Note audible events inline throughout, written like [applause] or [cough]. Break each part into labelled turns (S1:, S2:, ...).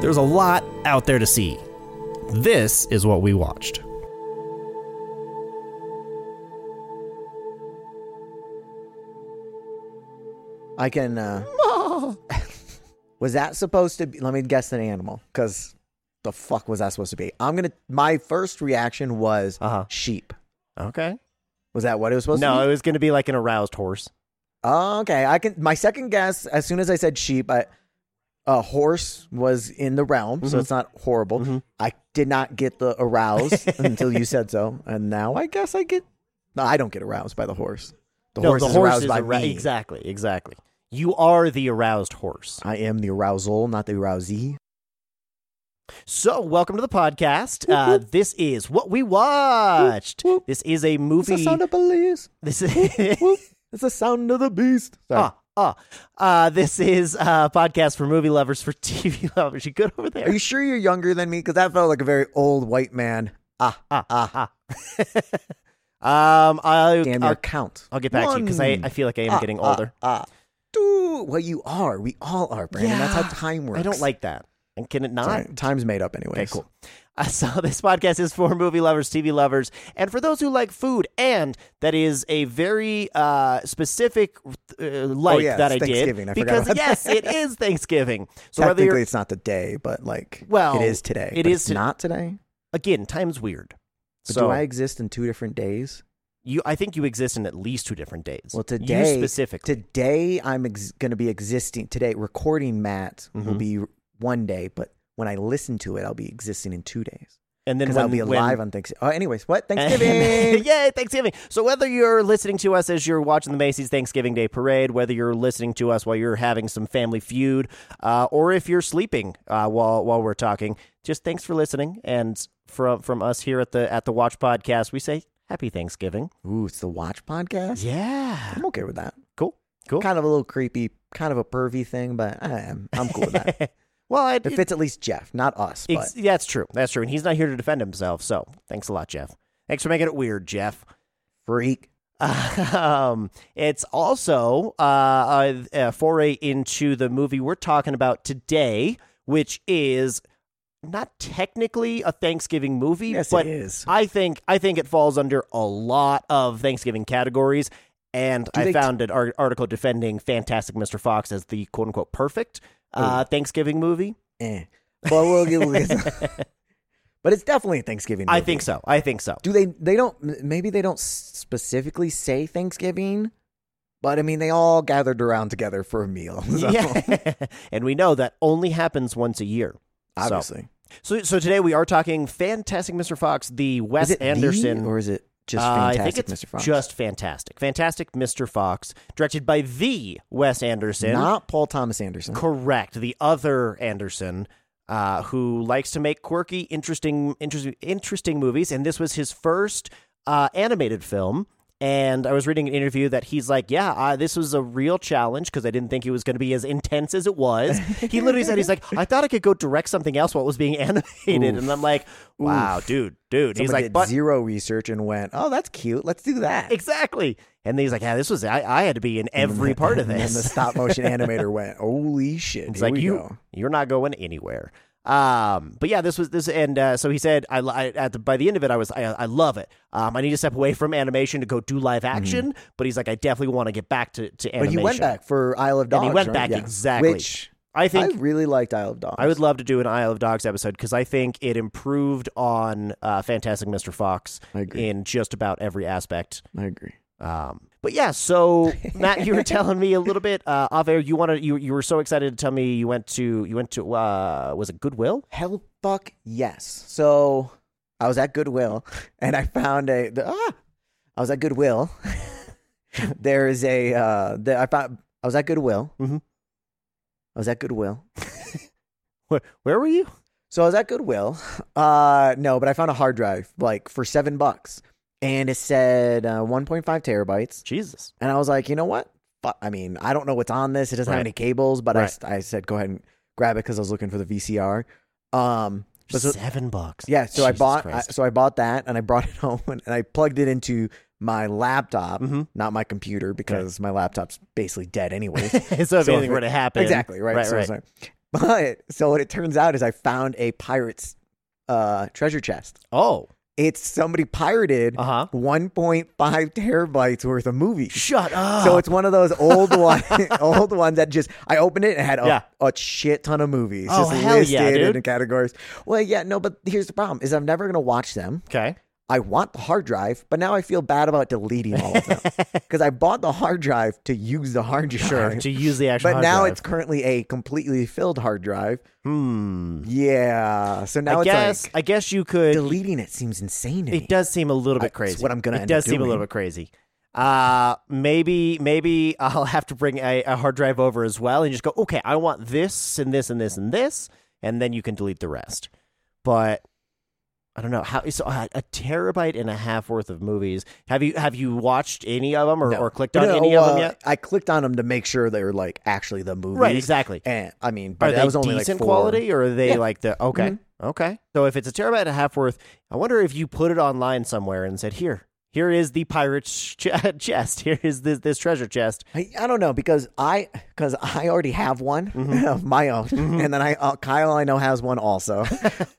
S1: There's a lot out there to see. This is what we watched.
S2: I can. Uh, [laughs] was that supposed to be? Let me guess an animal, because the fuck was that supposed to be? I'm gonna. My first reaction was
S1: Uh-huh.
S2: sheep.
S1: Okay.
S2: Was that what it was supposed
S1: No,
S2: to
S1: it
S2: be?
S1: was going to be like an aroused horse.
S2: Oh, okay. I can. My second guess, as soon as I said sheep, I, a horse was in the realm,
S1: Mm-hmm.
S2: so it's not horrible. I did not get the
S1: [laughs]
S2: aroused until you said so, and now I guess I get. No, I don't get aroused by the horse. The
S1: no,
S2: horse
S1: the
S2: is
S1: horse
S2: aroused
S1: is
S2: by
S1: arou-
S2: me.
S1: Exactly, exactly. You are the aroused horse.
S2: I am the arousal, not the arousee.
S1: So, welcome to the podcast. Uh, this is what we watched.
S2: Whoop, whoop.
S1: This is a
S2: It's the
S1: movie.
S2: sound of police.
S1: This [laughs] is
S2: Whoop. it's the sound of the beast. Sorry.
S1: ah ah. Uh, this is a podcast for movie lovers for [laughs] TV lovers. You good over there?
S2: Are you sure you're younger than me? Because that felt like a very old white man. Ah,
S1: ah,
S2: ah.
S1: ah, ah. [laughs] um, I'll,
S2: Damn
S1: I'll,
S2: your count.
S1: I'll get back to you because I,
S2: One.
S1: I feel like I am
S2: Ah,
S1: getting
S2: ah,
S1: older.
S2: Ah, Dude, well, you are. We all are, Brandon. That's
S1: Yeah.
S2: how time works.
S1: I don't like that. And can it not?
S2: Sorry. Time's made up anyway.
S1: Okay, cool. [laughs] Uh, so this podcast is for movie lovers, TV lovers, and for those who like food. And that is a very uh, specific uh, like
S2: yeah,
S1: that I
S2: it's Oh, Thanksgiving.
S1: did
S2: I forgot
S1: because
S2: about that.
S1: yes, it
S2: [laughs]
S1: is Thanksgiving. So whether
S2: Technically,
S1: you're,
S2: it's not the day, but like,
S1: Well,
S2: it is today.
S1: it
S2: but
S1: is
S2: it's
S1: to-
S2: not today.
S1: again, time's weird.
S2: But
S1: so
S2: do I exist in two different days?
S1: you, I think you exist in at least two different days.
S2: Well,
S1: You
S2: today,
S1: specifically,
S2: today I'm ex- going to be existing today. Recording Matt will
S1: Mhm.
S2: be one day, but when I listen to it, I'll be existing in two days
S1: and then
S2: because
S1: when,
S2: I'll be
S1: when-
S2: alive on Thanksgiving. Oh, anyways,
S1: [laughs]
S2: what Thanksgiving?
S1: Yay, Thanksgiving. So whether you're listening to us as you're watching the Macy's Thanksgiving Day Parade, whether you're listening to us while you're having some family feud, uh, or if you're sleeping uh, while while we're talking, just thanks for listening. And from from us here at the at the Watch Podcast, we say Happy Thanksgiving.
S2: Ooh, it's the Watch podcast.
S1: Yeah.
S2: I'm okay with that.
S1: Cool. Cool.
S2: Kind of a little creepy, kind of a pervy thing, but I am. I'm cool with
S1: [laughs]
S2: that.
S1: well, it,
S2: It fits at least Jeff, not us. But
S1: Ex- that's true. That's true. And he's not here to defend himself. So thanks a lot, Jeff. Thanks for making it weird, Jeff.
S2: freak.
S1: Um, it's also uh, a, a foray into the movie we're talking about today, which is not technically a Thanksgiving movie,
S2: Yes,
S1: but
S2: it is.
S1: I think I think it falls under a lot of Thanksgiving categories. And
S2: Do
S1: I
S2: they-
S1: found an ar- article defending Fantastic Mr. Fox as the quote unquote perfect
S2: Oh.
S1: uh, Thanksgiving movie.
S2: Eh. But we'll get.
S1: [laughs]
S2: We'll get [laughs] but it's definitely a Thanksgiving.
S1: I
S2: movie.
S1: think so. I think so.
S2: do they they don't m- maybe they don't specifically say thanksgiving but i mean they all gathered around together for a meal [laughs]
S1: [laughs] [laughs]
S2: so,
S1: Yeah. and we know that only happens once a
S2: [laughs]
S1: year. So-
S2: obviously
S1: So, so today we are talking Fantastic Mr. Fox, the Wes
S2: is it
S1: Anderson.
S2: the, or is it just
S1: Uh,
S2: fantastic
S1: I think it's
S2: mr fox
S1: just fantastic. Fantastic Mr. Fox, directed by the Wes Anderson.
S2: not paul thomas anderson
S1: Correct, the other Anderson, uh, who likes to make quirky, interesting, interesting, interesting movies, and this was his first uh, animated film. And I was reading an interview that he's like, "Yeah, uh, this was a real challenge because I didn't think it was going to be as intense as it was." He literally said, "He's like, I thought I could go direct something else while it was being [laughs] animated," and I'm like, "Wow, dude, dude."
S2: Somebody
S1: he's like,
S2: did
S1: "But
S2: zero research and went oh that's cute let's do that
S1: [laughs] exactly." And then he's like, "Yeah, this was I, I had to be in every part of
S2: [laughs] and then
S1: this."
S2: the stop motion animator went holy shit
S1: It's
S2: here
S1: like
S2: we
S1: you
S2: go.
S1: you're not going anywhere. Um, but yeah, this was this, and uh, so he said, I, li- I at the, by the end of it, I was I, I love it. Um, I need to step away from animation to go do live action, but he's like, I definitely want to get back to to
S2: Mm-hmm. but
S1: animation.
S2: he went back for isle of
S1: And
S2: dogs
S1: he went
S2: right?
S1: back,
S2: Yeah.
S1: exactly.
S2: which
S1: I
S2: I,
S1: think
S2: really liked isle of dogs
S1: I would love to do an Isle of Dogs episode because I think it improved on uh, Fantastic Mr. Fox
S2: I agree.
S1: in just about every aspect.
S2: i agree
S1: Um, but yeah, so Matt,
S2: [laughs]
S1: you were telling me a little bit uh, off air. You wanted you you were so excited to tell me you went to you went to uh, was it Goodwill?
S2: Hell fuck yes. So I was at Goodwill [laughs] and I found a the, ah, I was at Goodwill. [laughs]
S1: Mm-hmm.
S2: there is a uh the, I found I was at Goodwill.
S1: Mhm.
S2: I was at Goodwill.
S1: Where, where were you?
S2: So I was at Goodwill. Uh, no, but I found a hard drive like for seven bucks, and it said uh, 1.5 terabytes.
S1: Jesus.
S2: And I was like, you know what? Fu- I mean, I don't know what's on this. It doesn't
S1: Right.
S2: have any cables, but
S1: Right.
S2: I, I said go ahead and grab it because I was looking for the VCR. Um, but so-
S1: Seven bucks.
S2: yeah, so I
S1: Jesus
S2: bought I,
S1: Christ.
S2: [laughs] so I bought that and I brought [laughs] it home and, I plugged it into my laptop,
S1: Mhm.
S2: not my computer because my laptop's basically
S1: [laughs]
S2: dead
S1: [laughs]
S2: anyways.
S1: so if
S2: so
S1: anything
S2: if-
S1: were to happen,
S2: Exactly, right?
S1: Right,
S2: so it's
S1: right.
S2: like- but so what it turns out is I found a pirate's uh, treasure chest.
S1: Oh,
S2: It's somebody pirated
S1: uh huh.
S2: 1.5 terabytes worth of movies.
S1: Shut up.
S2: So it's one of those
S1: [laughs]
S2: old one, old ones that just I opened it and it had a,
S1: Yeah.
S2: a shit ton of movies
S1: Oh,
S2: just
S1: hell
S2: listed
S1: yeah, dude.
S2: in categories. Well, yeah, no, but here's the problem: is I'm never gonna watch them.
S1: okay.
S2: I want the hard drive, but now I feel bad about deleting all
S1: [laughs]
S2: of them because I bought the hard drive to use the hard drive.
S1: Sure. [laughs] To use the actual.
S2: But
S1: hard
S2: now
S1: drive.
S2: it's currently a completely filled hard drive.
S1: Hmm.
S2: Yeah. So now
S1: I
S2: it's
S1: guess.
S2: like
S1: I guess you could.
S2: deleting it seems insane. To me.
S1: It does seem a little bit
S2: That's
S1: crazy.
S2: what I'm gonna
S1: It
S2: end
S1: does
S2: up
S1: seem a little
S2: doing.
S1: bit crazy. Uh, maybe maybe [laughs] I'll have to bring a, a hard drive over as well, and just go. Okay, I want this and this and this and this, and then you can delete the rest. But I don't know how. So uh, a terabyte and a half worth of movies. Have you have you watched any of them or,
S2: No.
S1: or clicked on
S2: No,
S1: any of
S2: uh,
S1: them yet?
S2: I clicked on them to make sure they were like actually the movies.
S1: Right, exactly.
S2: And I mean,
S1: Are
S2: but
S1: they
S2: that was only like
S1: decent
S2: four.
S1: quality, or are they
S2: Yeah. Mm-hmm.
S1: like the okay, okay? So if it's a terabyte and a half worth, I wonder if you put it online somewhere and said, "Here, here is the pirate's [laughs] ch- chest. Here is this this treasure
S2: [laughs]
S1: chest."
S2: I, I don't know because I because I already have one
S1: Mm-hmm.
S2: of my own, and then I uh, Kyle I know has
S1: [laughs]
S2: one also.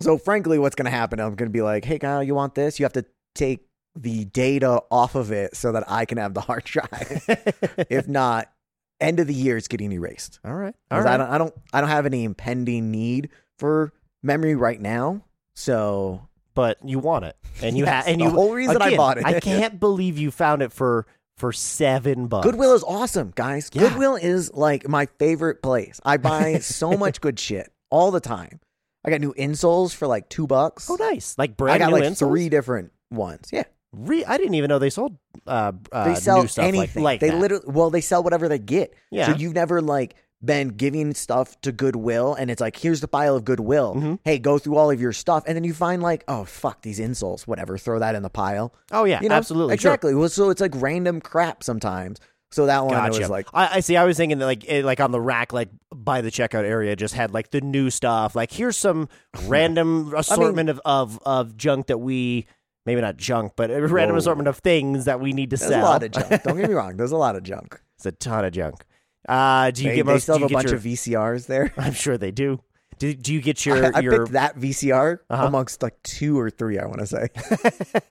S2: so frankly, what's going to happen? I'm going to be like, hey Kyle, you want this? You have to take the data off of it so that I can have the hard drive.
S1: [laughs]
S2: if not, end of the year it's getting erased.
S1: All right, all
S2: 'Cause
S1: right.
S2: I don't I don't I don't have any impending need for memory right now. So
S1: but you want it, and
S2: [laughs]
S1: you
S2: Yes,
S1: have, and
S2: the
S1: you
S2: whole reason I
S1: again,
S2: bought it. [laughs]
S1: I can't believe you found it for for seven bucks.
S2: Goodwill is awesome, guys.
S1: Yeah.
S2: Goodwill is like my favorite place.
S1: [laughs]
S2: I buy so much good shit all the time. I got new insoles for like two bucks.
S1: Oh, nice! Like
S2: I
S1: brand
S2: got
S1: new
S2: like
S1: insoles?
S2: three different ones. Yeah,
S1: Re- I didn't even know they sold. Uh, uh,
S2: they sell
S1: new stuff like-
S2: anything.
S1: Like,
S2: they
S1: that.
S2: literally, well, they sell whatever they get.
S1: Yeah.
S2: So you've never like been giving stuff to Goodwill, and it's like here's the pile of Goodwill.
S1: Mm-hmm.
S2: Hey, go through all of your stuff, and then you find like, oh fuck, these insoles, whatever. Throw that in the pile.
S1: Oh yeah,
S2: You know?
S1: absolutely, sure.
S2: exactly. Well, so it's like random crap sometimes. So that one I
S1: Gotcha.
S2: was like,
S1: I, I see. I was thinking that like eh, like on the rack, like by the checkout area, just had like the new stuff. Like here's
S2: [laughs]
S1: some random assortment of, of of junk that we maybe not junk, but a random
S2: Whoa.
S1: assortment of things that we need to
S2: There's
S1: sell.
S2: a lot of junk.
S1: [laughs]
S2: Don't get me wrong. There's a lot of junk.
S1: it's a ton of junk. Uh, do you
S2: They,
S1: get
S2: they
S1: most?
S2: still
S1: do
S2: have a
S1: you get
S2: bunch
S1: your-
S2: of VCRs there.
S1: [laughs] I'm sure they do. Do, do you get
S2: [laughs] I,
S1: your
S2: I
S1: your
S2: picked that VCR
S1: Uh-huh.
S2: amongst like two or three. I want to say.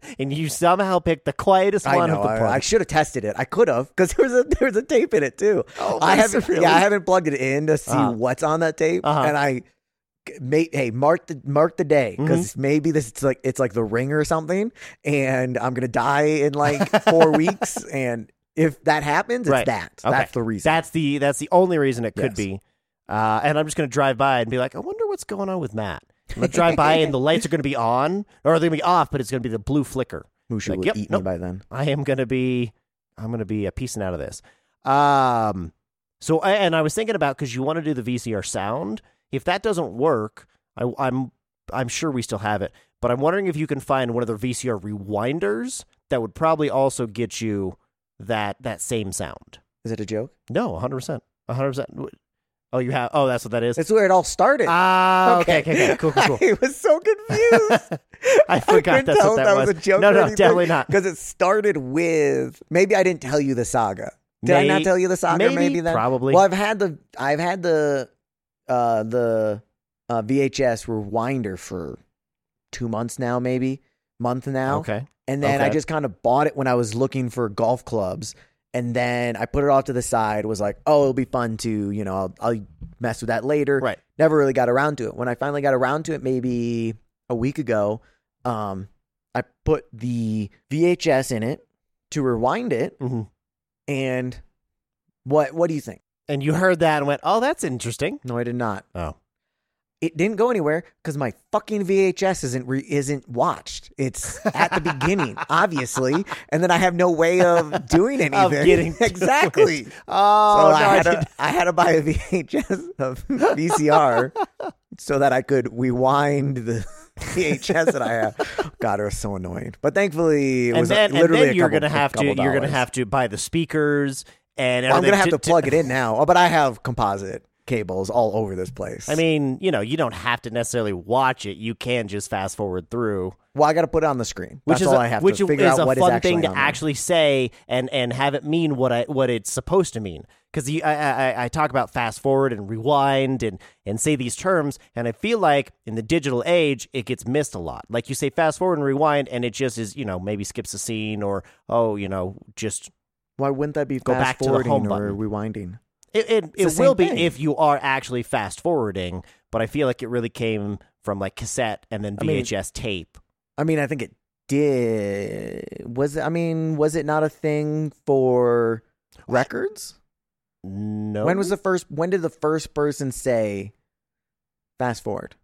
S1: [laughs] and you somehow picked the quietest
S2: [laughs] I
S1: one
S2: know.
S1: of the
S2: I, I
S1: bunch.
S2: should have tested it. I could have because there was a there was a tape in it too.
S1: Oh,
S2: I
S1: was
S2: haven't.
S1: there
S2: Yeah, I
S1: really?
S2: haven't plugged it in to see
S1: Uh-huh.
S2: what's on that tape,
S1: Uh-huh.
S2: and I g- made hey mark the mark the day
S1: Mm-hmm.
S2: because maybe this it's like it's like the ring or something, and I'm gonna die in like
S1: [laughs]
S2: four weeks, and if that happens, it's
S1: Right.
S2: that.
S1: Okay.
S2: That's the reason.
S1: That's the that's the only reason it could
S2: Yes.
S1: be. Uh, and I'm just gonna drive by and be like, I wonder what's going on with Matt. I'm gonna drive by and the lights are gonna be on, or they're gonna be off, but it's gonna be the blue flicker.
S2: Mushu
S1: Like,
S2: will
S1: yep,
S2: eat
S1: nope.
S2: me by then.
S1: I am gonna be, I'm gonna be a piecing out of this. Um, so I, and I was thinking about because you want to do the VCR sound. If that doesn't work, I, I'm I'm sure we still have it, but I'm wondering if you can find one of the VCR rewinders that would probably also get you that that same sound.
S2: Is it a joke?
S1: No, 100 percent, 100 percent. Oh, you have. Oh, that's what that is.
S2: That's where it all started.
S1: Ah, okay, okay, okay, cool, cool, cool.
S2: [laughs] I was so confused.
S1: [laughs] I forgot
S2: couldn't
S1: that's
S2: tell
S1: what
S2: if
S1: that
S2: was.
S1: was.
S2: a joke.
S1: No, no, definitely not.
S2: Because it started with maybe I didn't tell you the saga. Did I
S1: May-
S2: not tell you the saga?
S1: maybe,
S2: Maybe, then.
S1: probably.
S2: Well, I've had the I've had the uh, the uh, VHS rewinder for two months now, maybe month now.
S1: Okay.
S2: And then I
S1: Okay.
S2: just kind of bought it when I was looking for golf clubs. And then I put it off to the side, was like, oh, it'll be fun to, you know, I'll, I'll mess with that later.
S1: Right.
S2: Never really got around to it. When I finally got around to it, maybe a week ago, um, I put the VHS in it to rewind it.
S1: hmm
S2: And what what do you think?
S1: And you heard that and went, "Oh, that's interesting."
S2: No, I did not.
S1: Oh,
S2: It didn't go anywhere because my fucking VHS isn't re- isn't watched. It's at the
S1: [laughs]
S2: beginning, obviously, and then I have no way of doing anything. [laughs]
S1: getting to
S2: exactly.
S1: [laughs] Oh,
S2: So
S1: no,
S2: I, had
S1: did-
S2: to, I had to buy a VHS of VCR so that I could rewind the [laughs] VHS that I have. God, it was so annoying. But thankfully, it
S1: and
S2: was a-
S1: then, and
S2: literally
S1: then
S2: a
S1: you're
S2: couple-
S1: gonna
S2: a
S1: have to
S2: couple
S1: you're gonna
S2: dollars.
S1: have to buy the speakers and
S2: Well, I'm
S1: everything
S2: gonna have to
S1: to-
S2: plug it in now. Oh, But I have composite cables all over this place.
S1: I mean, you know, you don't have to necessarily watch it. You can just fast forward through,
S2: well, I got to put it on the screen.
S1: which
S2: That's
S1: is
S2: all
S1: a,
S2: I have
S1: which
S2: to figure
S1: is
S2: out
S1: a
S2: what is
S1: fun
S2: actually
S1: thing to
S2: on there.
S1: actually say and and have it mean what I what it's supposed to mean. Because I, I I talk about fast forward and rewind and and say these terms, and I feel like in the digital age it gets missed a lot. Like you say fast forward and rewind, and it just is you know maybe skips a scene or oh you know just
S2: Why wouldn't that be
S1: Go
S2: fast
S1: back to the
S2: forwarding
S1: home
S2: or
S1: button.
S2: rewinding?
S1: It it,
S2: the
S1: it
S2: same
S1: will be
S2: thing.
S1: if you are actually fast forwarding, but I feel like it really came from like cassette and then
S2: I mean-
S1: VHS tape.
S2: I mean, I think it did. Was it? I mean, was it not a thing for records?
S1: No,
S2: When was the first? When did the first person say fast forward?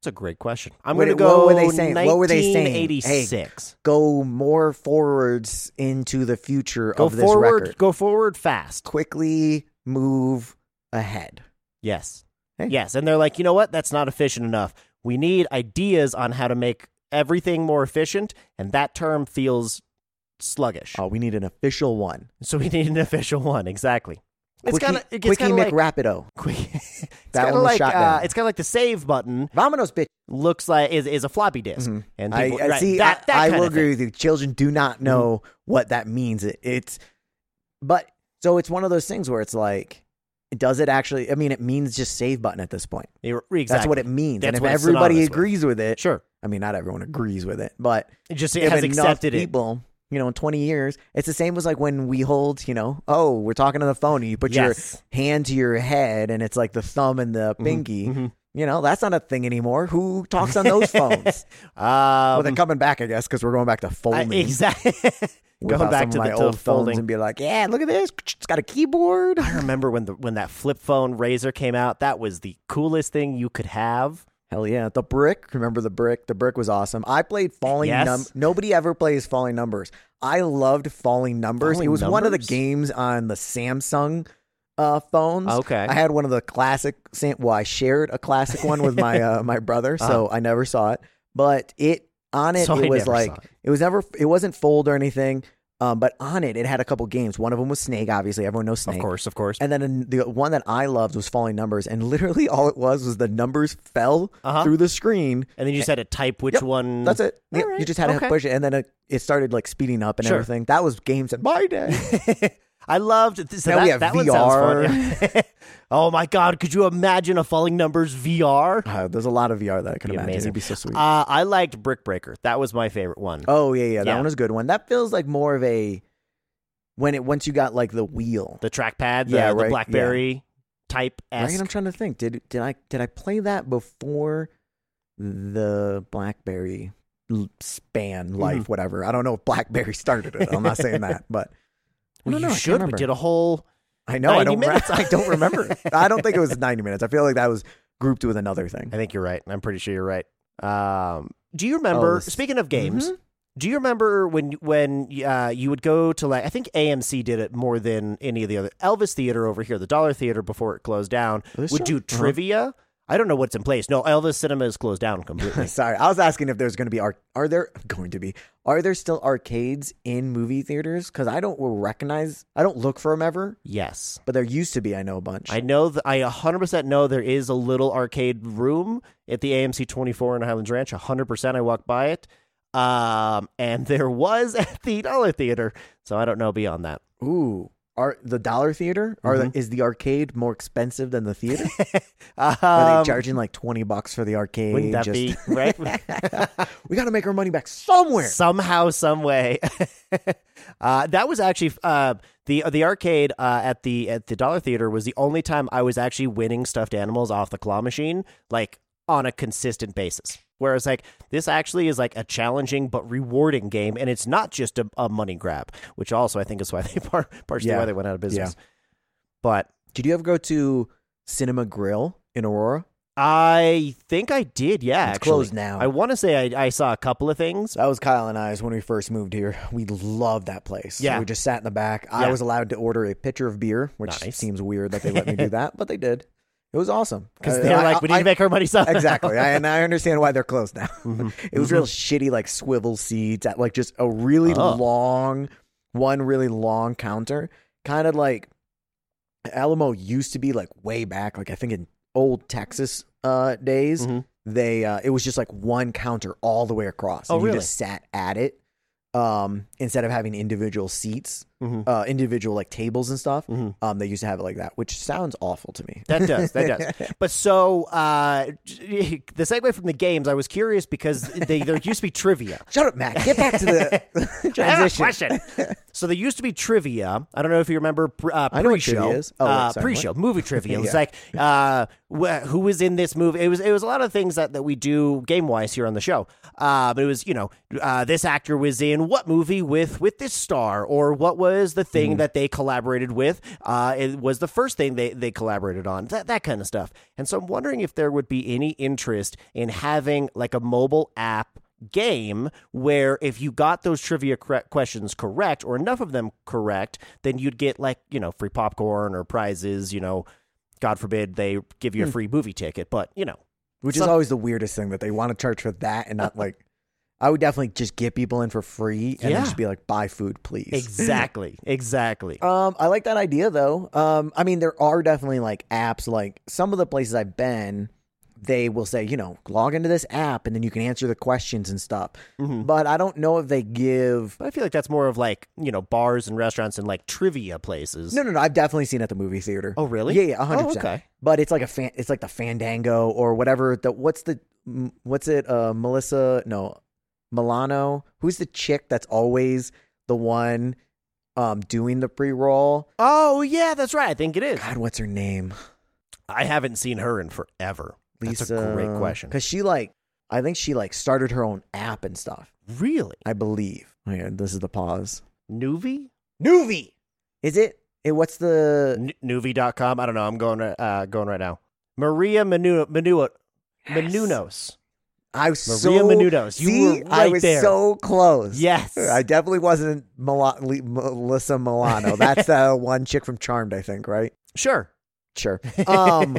S1: That's a great question. I'm
S2: What-
S1: going to go.
S2: what were they saying? What were they saying?
S1: 1986.
S2: Go more forwards into the future
S1: Go
S2: of this
S1: forward.
S2: record.
S1: Go forward fast.
S2: Quickly move ahead.
S1: Yes.
S2: Hey.
S1: Yes, and they're like, you know what? That's not efficient enough. We need ideas on how to make everything more efficient, and that term feels sluggish.
S2: Oh, we need an official one.
S1: So we need an official one. Exactly. It's
S2: Quickie-
S1: kind of it gets
S2: Quickie
S1: kind of like
S2: McRapido.
S1: quick. [laughs] it's
S2: [laughs]
S1: kind
S2: That one
S1: of
S2: was
S1: like
S2: shot
S1: uh,
S2: down.
S1: it's kind of like the save button
S2: Vamonos, bitch.
S1: looks like is, is a floppy disk, and
S2: I,
S1: people,
S2: Mm-hmm. I
S1: right,
S2: see.
S1: that, that
S2: I, I
S1: kind
S2: will
S1: of thing. Mm-hmm.
S2: agree with you. Children do not know what that means. It, it's, but so it's one of those things where it's like, does it actually? I mean, it means just save button at this point.
S1: You're- Exactly.
S2: That's what it means.
S1: That's
S2: and
S1: what
S2: if
S1: it's
S2: everybody
S1: synonymous with.
S2: agrees with. it,
S1: Sure,
S2: I mean, not everyone agrees with it, but
S1: it just it
S2: if
S1: has
S2: enough
S1: accepted it.
S2: people. You know, in 20 years, it's the same as like when we hold, you know, oh, we're talking on the phone and you put
S1: Yes. Mm-hmm.
S2: your hand to your head and it's like the thumb and the pinky. You know, that's not a thing anymore. Who talks on those phones? Well,
S1: [laughs] Um,
S2: they're coming back, I guess, because we're going back to folding.
S1: exactly.
S2: Whip
S1: [laughs] Going
S2: out
S1: back
S2: some
S1: to
S2: of
S1: the
S2: my
S1: to
S2: old phones
S1: folding.
S2: and be like, "Yeah, look at this. It's got
S1: [laughs]
S2: a keyboard."
S1: I remember when the when that flip phone razor came out. That was the coolest thing you could have.
S2: Hell yeah, the brick. Remember the brick? The brick was awesome. I played falling.
S1: Yes.
S2: Num- Nobody ever plays falling numbers. I loved falling numbers.
S1: Falling
S2: it was one of the
S1: Numbers?
S2: games on the Samsung uh, phones.
S1: Okay.
S2: I had one of the classic. Sam- well, I shared a classic one with
S1: [laughs]
S2: my uh, my brother, so I never saw it. But it on it,
S1: Uh-huh. So I
S2: it was
S1: never
S2: like
S1: saw it.
S2: it. was never. It wasn't fold or anything. Um, but on it, it had a couple games. One of them was Snake. Obviously, everyone knows Snake.
S1: Of course, of course.
S2: And then in- the one that I loved was falling numbers, and literally [laughs] all it was was the numbers fell
S1: Uh-huh.
S2: through the screen.
S1: And then you just had to type which
S2: Yep,
S1: one.
S2: That's it.
S1: All
S2: Yep, You
S1: right,
S2: just had to
S1: okay.
S2: push it, and then it, it started like speeding up and
S1: Sure.
S2: everything. That was games in my day.
S1: [laughs] I loved. So
S2: Now
S1: that,
S2: we have
S1: that one sounds
S2: VR.
S1: fun. [laughs] oh my god! Could you imagine a falling numbers
S2: [laughs]
S1: VR?
S2: Uh, there's a lot of VR that I could
S1: Be
S2: imagine.
S1: amazing.
S2: It'd be so sweet.
S1: Uh, I liked Brick Breaker. That was my favorite one.
S2: oh yeah, yeah, that
S1: yeah.
S2: one was a good one. That feels like more of a when it once you got like the wheel.
S1: The trackpad, the,
S2: Yeah,
S1: the
S2: right,
S1: BlackBerry type
S2: Right? I'm
S1: esque.
S2: trying to think. Did did I did I play that before the BlackBerry l- span life, whatever? I don't know if BlackBerry started it. I'm not saying [laughs] that, but I
S1: Well,
S2: don't
S1: you
S2: know, I can't
S1: should. We
S2: remember.
S1: did a whole.
S2: I know.
S1: 90
S2: I don't. re-
S1: minutes?
S2: I don't [laughs] remember. I don't think it was 90 minutes. I feel like that was grouped with another thing.
S1: I think you're right. I'm pretty sure you're right. Um, do you remember?
S2: Oh, this-
S1: speaking of
S2: Mm-hmm.
S1: games, do you remember when when uh, you would go to like I think AMC did it more than any of the other Elvis Theater over here, the Dollar Theater before it closed down
S2: This
S1: would
S2: show? Uh-huh.
S1: do
S2: [laughs]
S1: trivia. I don't know what's in place. No, Elvis Cinema is closed down
S2: [laughs]
S1: completely.
S2: Sorry, I was asking if there's going to be ar- are there going to be are there still arcades in movie theaters? Because I don't recognize. I don't look for them ever,
S1: yes.
S2: but there used to be. I know a bunch.
S1: I know that I 100% know there is a little arcade room at the AMC 24 in Highlands Ranch. 100% I walked by it. Um, and [laughs] there was at the Dollar Theater. So I don't know beyond that.
S2: Ooh, are the dollar theater? Are
S1: Mm-hmm.
S2: the, is the arcade more expensive than the
S1: [laughs]
S2: theater? Are
S1: Um,
S2: they charging like twenty bucks for the arcade?
S1: wouldn't that
S2: Just-
S1: be [laughs] right?
S2: [laughs] we got to make our money back somewhere.
S1: Somehow, some way. [laughs] uh, that was actually uh, the the arcade uh, at the at the Dollar Theater was the only time I was actually winning stuffed animals off the claw machine, like on a consistent basis. Whereas, like this actually is like a challenging but rewarding game, and it's not just a, a money grab, which also I think is why they [laughs] par- partially
S2: Yeah.
S1: why they went out of business. But
S2: Did you ever go to Cinema Grill in Aurora?
S1: I think I did. Yeah,
S2: It's
S1: actually.
S2: closed now.
S1: I want to say I, I saw a couple of things.
S2: That was Kyle and I's when we first moved here. We loved that place.
S1: Yeah.
S2: We just sat in the back. I
S1: Yeah.
S2: was allowed to order a pitcher of beer, which
S1: Nice.
S2: seems weird that they
S1: [laughs]
S2: let me do that, but they did. It was awesome.
S1: Because
S2: Uh,
S1: they're
S2: I-
S1: like, we need
S2: I-
S1: to make our money [laughs] somehow.
S2: [laughs] exactly. I, and I
S1: [laughs]
S2: understand why they're closed now. [laughs]
S1: Mm-hmm.
S2: it was real shitty, like swivel seats at like just a really
S1: Oh.
S2: long, one really long counter. Kind of like Alamo used to be like way back, like I think in old Texas uh, days.
S1: Mhm.
S2: They uh, it was just like one counter all the way across.
S1: Oh,
S2: and you
S1: really?
S2: just sat at it um, instead of having individual seats,
S1: Mhm.
S2: uh, individual like tables and stuff.
S1: Mhm.
S2: Um, they used to have it like that, which sounds awful to me.
S1: That does. That
S2: [laughs]
S1: does. But so uh, [laughs] the segue from the games, I was curious because they, there used to be trivia.
S2: Shut up, Matt. Get back
S1: [laughs]
S2: to the transition.
S1: I have a
S2: [laughs]
S1: question. so there used to be trivia. I don't know if you remember pre- uh,
S2: I know what
S1: pre-show.
S2: trivia is. Oh, wait,
S1: uh,
S2: sorry,
S1: pre-show
S2: [laughs]
S1: movie trivia. It was
S2: Yeah.
S1: like uh, wh- who was in this movie. It was it was a lot of things that, that we do game wise here on the show. Uh, but it was you know uh, this actor was in what movie with with this star or what was the thing
S2: Mm-hmm.
S1: that they collaborated with. Uh, it was the first thing they they collaborated on that that kind of stuff. And so I'm wondering if there would be any interest in having like a mobile app game where if you got those trivia correct questions correct or enough of them correct, then you'd get like, you know, free popcorn or prizes, you know, God forbid they give
S2: Hmm.
S1: you a free movie ticket, but you
S2: [laughs]
S1: know,
S2: Which is
S1: Some-
S2: always the weirdest thing that they want to charge for that and not like. I would definitely just get people in for free and
S1: Yeah.
S2: then just be like, buy food, please.
S1: exactly, exactly.
S2: Um, I like that idea though. Um, I mean, there are definitely like apps. Like some of the places I've been, they will say, you know, log into this app and then you can answer the questions and stuff. But I don't know if they give.
S1: Mm-hmm. But I feel like that's more of like, you know, bars and restaurants and like trivia places.
S2: No, no, no. I've definitely seen it at the movie theater.
S1: Oh, really?
S2: Yeah, yeah, hundred
S1: Oh,
S2: percent.
S1: okay.
S2: But it's like a fan. It's like the Fandango or whatever. The what's the m- what's it? Uh, Melissa? No, Milano. Who's the chick that's always the one um doing the pre roll?
S1: Oh, yeah, that's right. I think it is.
S2: God, what's her name?
S1: I haven't seen her in forever.
S2: Lisa.
S1: That's a great question.
S2: Because she like, I think she like started her own app and stuff.
S1: Really?
S2: I believe. Oh, yeah, this is the pause.
S1: Nuvi?
S2: Nuvi. Is it? It what's the
S1: N- Nuvi.com. I don't know. I'm going uh, going right now. Maria Menu Menu Menunos.
S2: I was
S1: Maria
S2: so
S1: Menounos. You
S2: See,
S1: were
S2: I
S1: right
S2: was
S1: there.
S2: so close.
S1: Yes.
S2: [laughs] I definitely wasn't Mila- Le-
S1: [laughs]
S2: Melissa Milano. That's the one chick from Charmed, I think, right?
S1: Sure.
S2: Sure.
S1: [laughs]
S2: Um,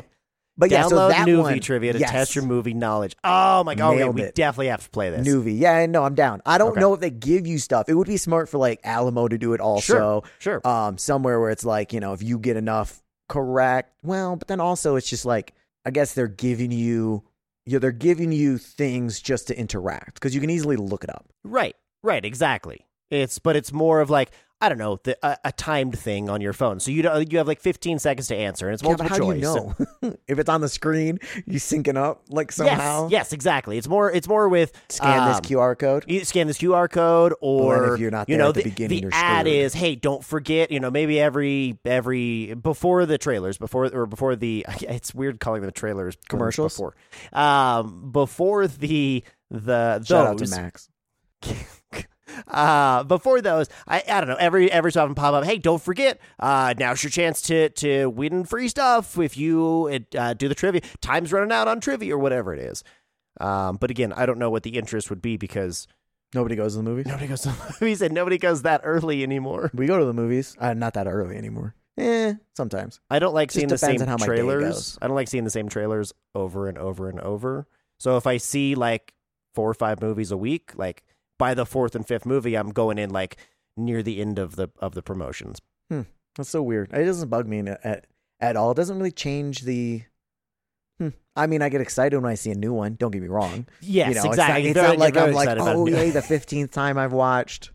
S2: but yeah, so
S1: Download
S2: that
S1: Nuvi
S2: one,
S1: trivia to
S2: yes,
S1: test your movie knowledge. Oh my god, wait,
S2: Nailed
S1: we
S2: it.
S1: definitely have to play this.
S2: Nuvi. Yeah, no, I'm down. I don't
S1: Okay.
S2: know if they give you stuff. It would be smart for like Alamo to do it also.
S1: Sure.
S2: Um, somewhere where it's like you know if you get enough correct, well, but then also it's just like I guess they're giving you. Yeah, they're giving you things just to interact because you can easily look it up.
S1: Right. Right, exactly. It's but it's more of like I don't know, the, a, a timed thing on your phone. So you don't, you have like 15 seconds to answer and it's
S2: Yeah,
S1: multiple
S2: but how
S1: choice.
S2: do you know [laughs] if it's on the screen? You syncing up like somehow.
S1: Yes, yes, exactly. It's more it's more with
S2: Scan
S1: um,
S2: this QR code.
S1: you scan this QR code,
S2: then
S1: or
S2: if you're not
S1: you
S2: there
S1: know
S2: at the beginning, you're
S1: ad
S2: screwed.
S1: is hey, don't forget. You know, maybe every every before the trailers, before or before the [laughs] it's weird calling them trailers when it's
S2: Commercials?
S1: before, um, before the the
S2: Shout out to
S1: those
S2: Max.
S1: [laughs] uh, before those, I, I don't know. Every every so often pop up. Hey, don't forget. Uh, now's your chance to to win free stuff if you uh, do the trivia. Time's running out on trivia or whatever it is. Um, but again, I don't know what the interest would be because
S2: Nobody goes to the movies.
S1: Nobody goes to the [laughs] movies and nobody goes that early anymore.
S2: We go to the movies. Uh, not that early anymore. Eh, sometimes.
S1: I don't like
S2: Just
S1: seeing the
S2: depends
S1: same
S2: on how my day
S1: trailers.
S2: goes.
S1: I don't like seeing the same trailers over and over and over. So if I see like four or five movies a week, like by the fourth and fifth movie, I'm going in like near the end of the of the promotions.
S2: That's so weird. It doesn't bug me in- at at all. It doesn't really change the. Hmm. I mean, I get excited when I see a new one. Don't get me wrong.
S1: Yes,
S2: you know,
S1: exactly.
S2: It's not,
S1: Very-
S2: it's not like
S1: very
S2: I'm like,
S1: excited about
S2: oh
S1: it. [laughs]
S2: yay, the fifteenth time I've watched.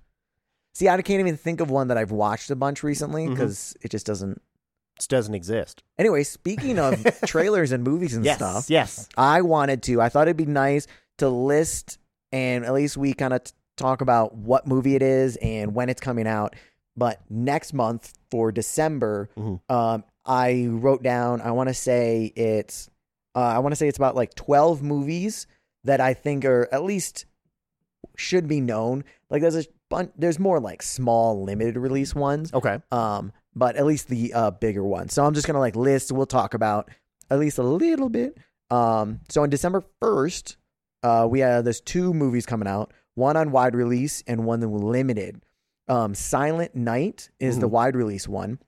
S2: See, I can't even think of one that I've watched a bunch recently
S1: Mhm.
S2: because it just doesn't.
S1: This doesn't exist.
S2: Anyway, speaking of
S1: [laughs]
S2: trailers and movies and
S1: Yes,
S2: stuff,
S1: yes.
S2: I wanted to. I thought it'd be nice to list and at least we kind of t- talk about what movie it is and when it's coming out. But next month for December,
S1: Mhm.
S2: um, I wrote down. I want to say it's. Uh, I want to say it's about like twelve movies that I think are at least should be known. Like there's a bunch. There's more like small limited release ones
S1: Okay.
S2: um but at least the uh bigger one so i'm just gonna like list we'll talk about at least a little bit Um, so on December 1st, uh, we had there's two movies coming out, one on wide release and one that was limited. Um, Silent Night is the wide release one,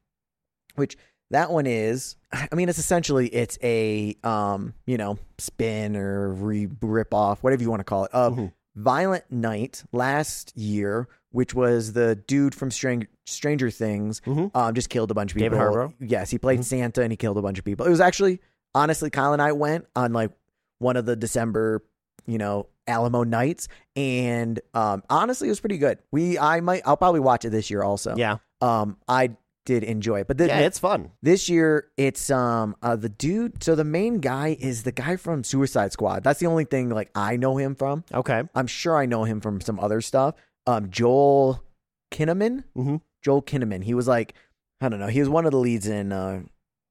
S2: which that one is. I mean, it's essentially it's a um, you know spin or re rip off, whatever you want to call it, of Violent Night last year, which was the dude from Strang- Stranger Things, um, just killed a bunch of people.
S1: Mm-hmm. David Harbour? Mm-hmm.
S2: Yes, he played Santa and he killed a bunch of people. It was actually honestly, Kyle and I went on like one of the December, you know, Alamo nights, and um, honestly, it was pretty good. We, I might, I'll probably watch it this year also.
S1: Yeah.
S2: um, I did enjoy it, but the,
S1: Yeah, it's fun.
S2: this year it's um uh, the dude. So the main guy is the guy from Suicide Squad. That's the only thing like I know him from.
S1: Okay.
S2: I'm sure I know him from some other stuff. Um, Joel Kinnaman.
S1: Mhm.
S2: Joel Kinnaman. He was like, I don't know. He was one of the leads in uh,